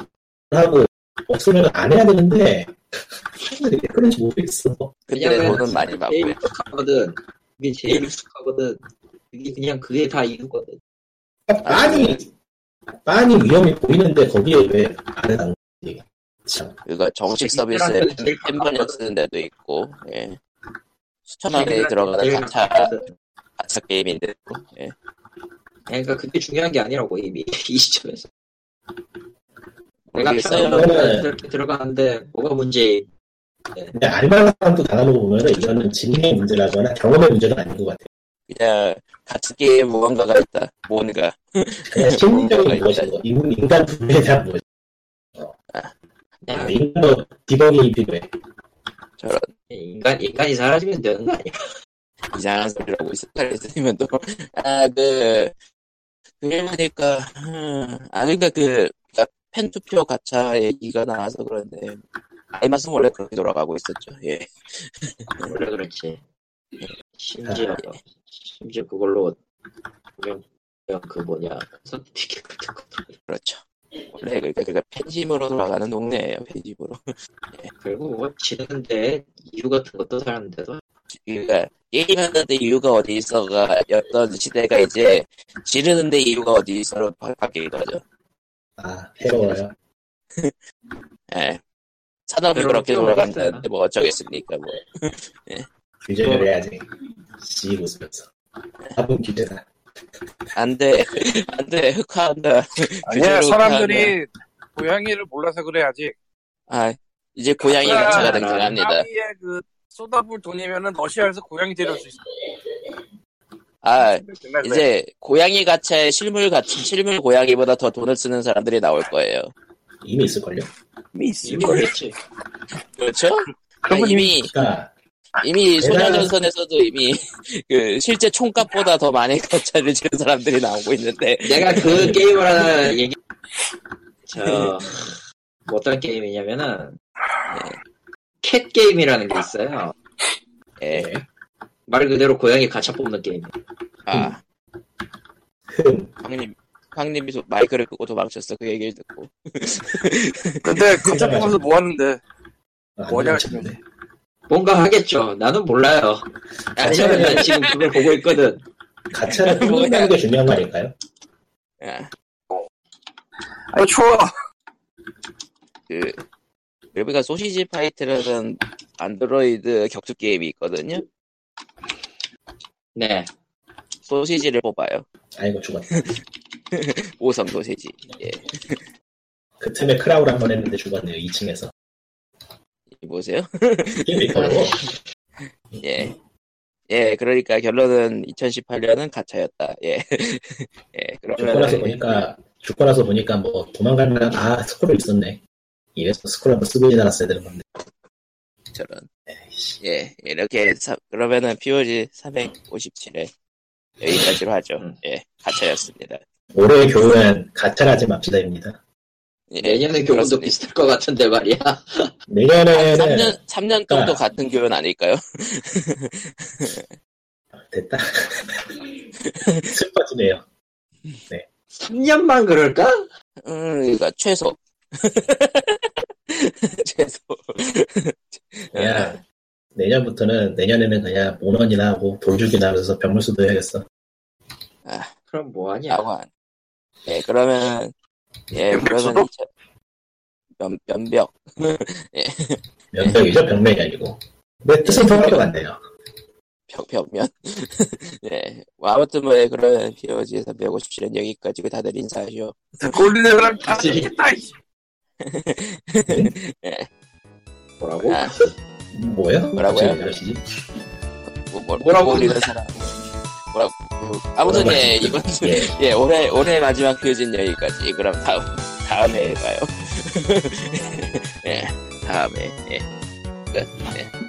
하고 없으면 안 해야 되는데 사람들이 왜 그런지 모르겠어. 근데 왜냐면 돈은 많이 받고 제일 익숙하거든. 그게 제일 익숙하거든. 그게 그냥 그게 다 이유거든. 빤히 빤히 위험이 보이는데 거기에 왜 안 해당 거지? 참 그거 정식 서비스에 사람들은 제일 팬번역 가깝거든. 쓰는 데도 있고 예. 수천만 원에 제일 들어가는 제일 가차 가깝거든. 가차 게임인데 또, 예. 그러니까 그게 중요한 게 아니라고 이미 이 시점에서. 내가 모르겠어요. 그거는- 편하면 이렇게 들어가는데 뭐가 문제? 근데 알만한 사람도 당하는 거 보면 이거는 진리의 문제라거나 경험의 문제는 아닌 것 같아. 그냥 가차 게임 무언가가 있다. 뭔가 그냥 심리적인 뭔가 있다. 무엇인 거, 인- 인간 분배에 대한 무엇. 그냥 인간 디버깅이 필요해. 저런 인간 인간이 사라지면 되는 거 아니야? 이상한 소리라고 스타를 쓰면 또, 아, 그, 그게 보니까, 음, 아, 그니까 그, 그러니까 팬투표 가차 얘기가 나와서 그런데, 아이마스 원래 그렇게 돌아가고 있었죠, 예. 원래 그렇지. 심지어 네. 심지어 그걸로 그냥 그냥 그 뭐냐 선택 같은 것도 그렇죠. 원래 그러니까, 그러니까 팬심으로 돌아가는 동네예요 팬심으로. 결국 뭐 지는데 이유 같은 것도 사는데도 그러니까, 게임하는데 이유가 어디 있어가, 어떤 시대가 이제, 지르는데 이유가 어디 있어로 바- 바뀐 거죠. 아 괴로워요. 예. 산업이 그렇게 돌아간다는데 뭐 어쩌겠습니까, 뭐. 규제를 그 해야지. 씨 웃으면서. 나쁜 규제다. 안 돼. 안 돼. 흑화한다. 아니야 규제로 사람들이 고양이를 몰라서 그래야지. 아, 이제 고양이 가차가 등장합니다. 나비에 그 쏟아볼 돈이면은 러시아에서 고양이 데려올 수 있어. 아, 정말 그래. 이제 고양이 가차에 실물 가차, 실물 고양이보다 더 돈을 쓰는 사람들이 나올 거예요. 이미 있을걸요. 뭐 이거겠지. 그렇죠? 아, 그러면 이미, 그러니까 이미 대단한- 소녀전선에서도 이미 그 실제 총값보다 더 많은 가차를 지은 사람들이 나오고 있는데, 내가 그 게임을 하나 얘기 저뭐 어떤 게임이냐면은 네, 캣 게임이라는 게 있어요. 예. 말 그대로 고양이 가차 뽑는 게임. 아, 흠. 황님, 황님이 도- 마이크를 끄고 도망쳤어. 그 얘기를 듣고. 근데 가짜 뽑아서 뭐 하는데? 아, 뭐냐, 미쳤네. 뭔가 하겠죠. 나는 몰라요. 아, 왜냐면 난 지금 그걸 보고 있거든. 가차를 뭐야. 뽑는다는 게 중요한 거 아닐까요? 아, 아 추워. 그, 그러니까 소시지 파이트라는 안드로이드 격투 게임이 있거든요. 네. 소시지를 뽑아요. 아이고 죽었다. 5섬 소시지. 예. 그 틈에 크라우를 한 번 했는데 죽었네요. 2층에서. 보세요. 이게 왜 그러고? 예. 예, 그러니까 결론은 2018년은 가차였다. 예. 예, 죽고 나서 그러면 보니까 죽고 나서 보니까 뭐 도망갈 만한 아 스크롤 있었네. 이래서 스크롤 한번 쓰고 지나갔어야 되는 건데. 저런. 에이씨. 예, 이렇게 사- 그러면은 POG 357에 여기까지로 하죠. 음. 예, 가차였습니다. 올해의 교훈은 가차하지 맙시다입니다. 예, 내년에 교훈도 그렇습니다. 비슷할 것 같은데 말이야. 한 내년에는 3년, 3년 정도 아. 같은 교훈 아닐까요? 됐다. 슬퍼지네요. 3년만 그럴까? 음, 그러니까 최소. 최소. 아. 그냥 내년부터는 내년에는 그냥 모넌이나 하고 돌주기나 하면서 병물수도 해야겠어. 그럼 뭐하냐? 야관. 예, 네. 그러면, 예, 그러면 수도? 이제, 면, 면벽. 면벽이죠 병맥이 아니고. 내 뜻은 통할 것 같네요. 벽, 벽면. 예, 뭐 아무튼 뭐, 예, 그러면 POG에서 배우고 싶시는 여기까지고 다들 인사하시오. 골리는 사람 다 죽겠다, 이씨. 뭐라고? 아, 뭐요? 뭐라고요? 갑자기 이러시지? 뭐, 뭐, 뭐라고 올리는 사람. 뭐라고. 아무튼 뭐라고 예, 하시죠? 이번 주, 예. 예, 올해, 올해 마지막 퀴즈는 여기까지. 그럼 다음, 다음에 봐요. 예, 다음에, 예. 끝, 예.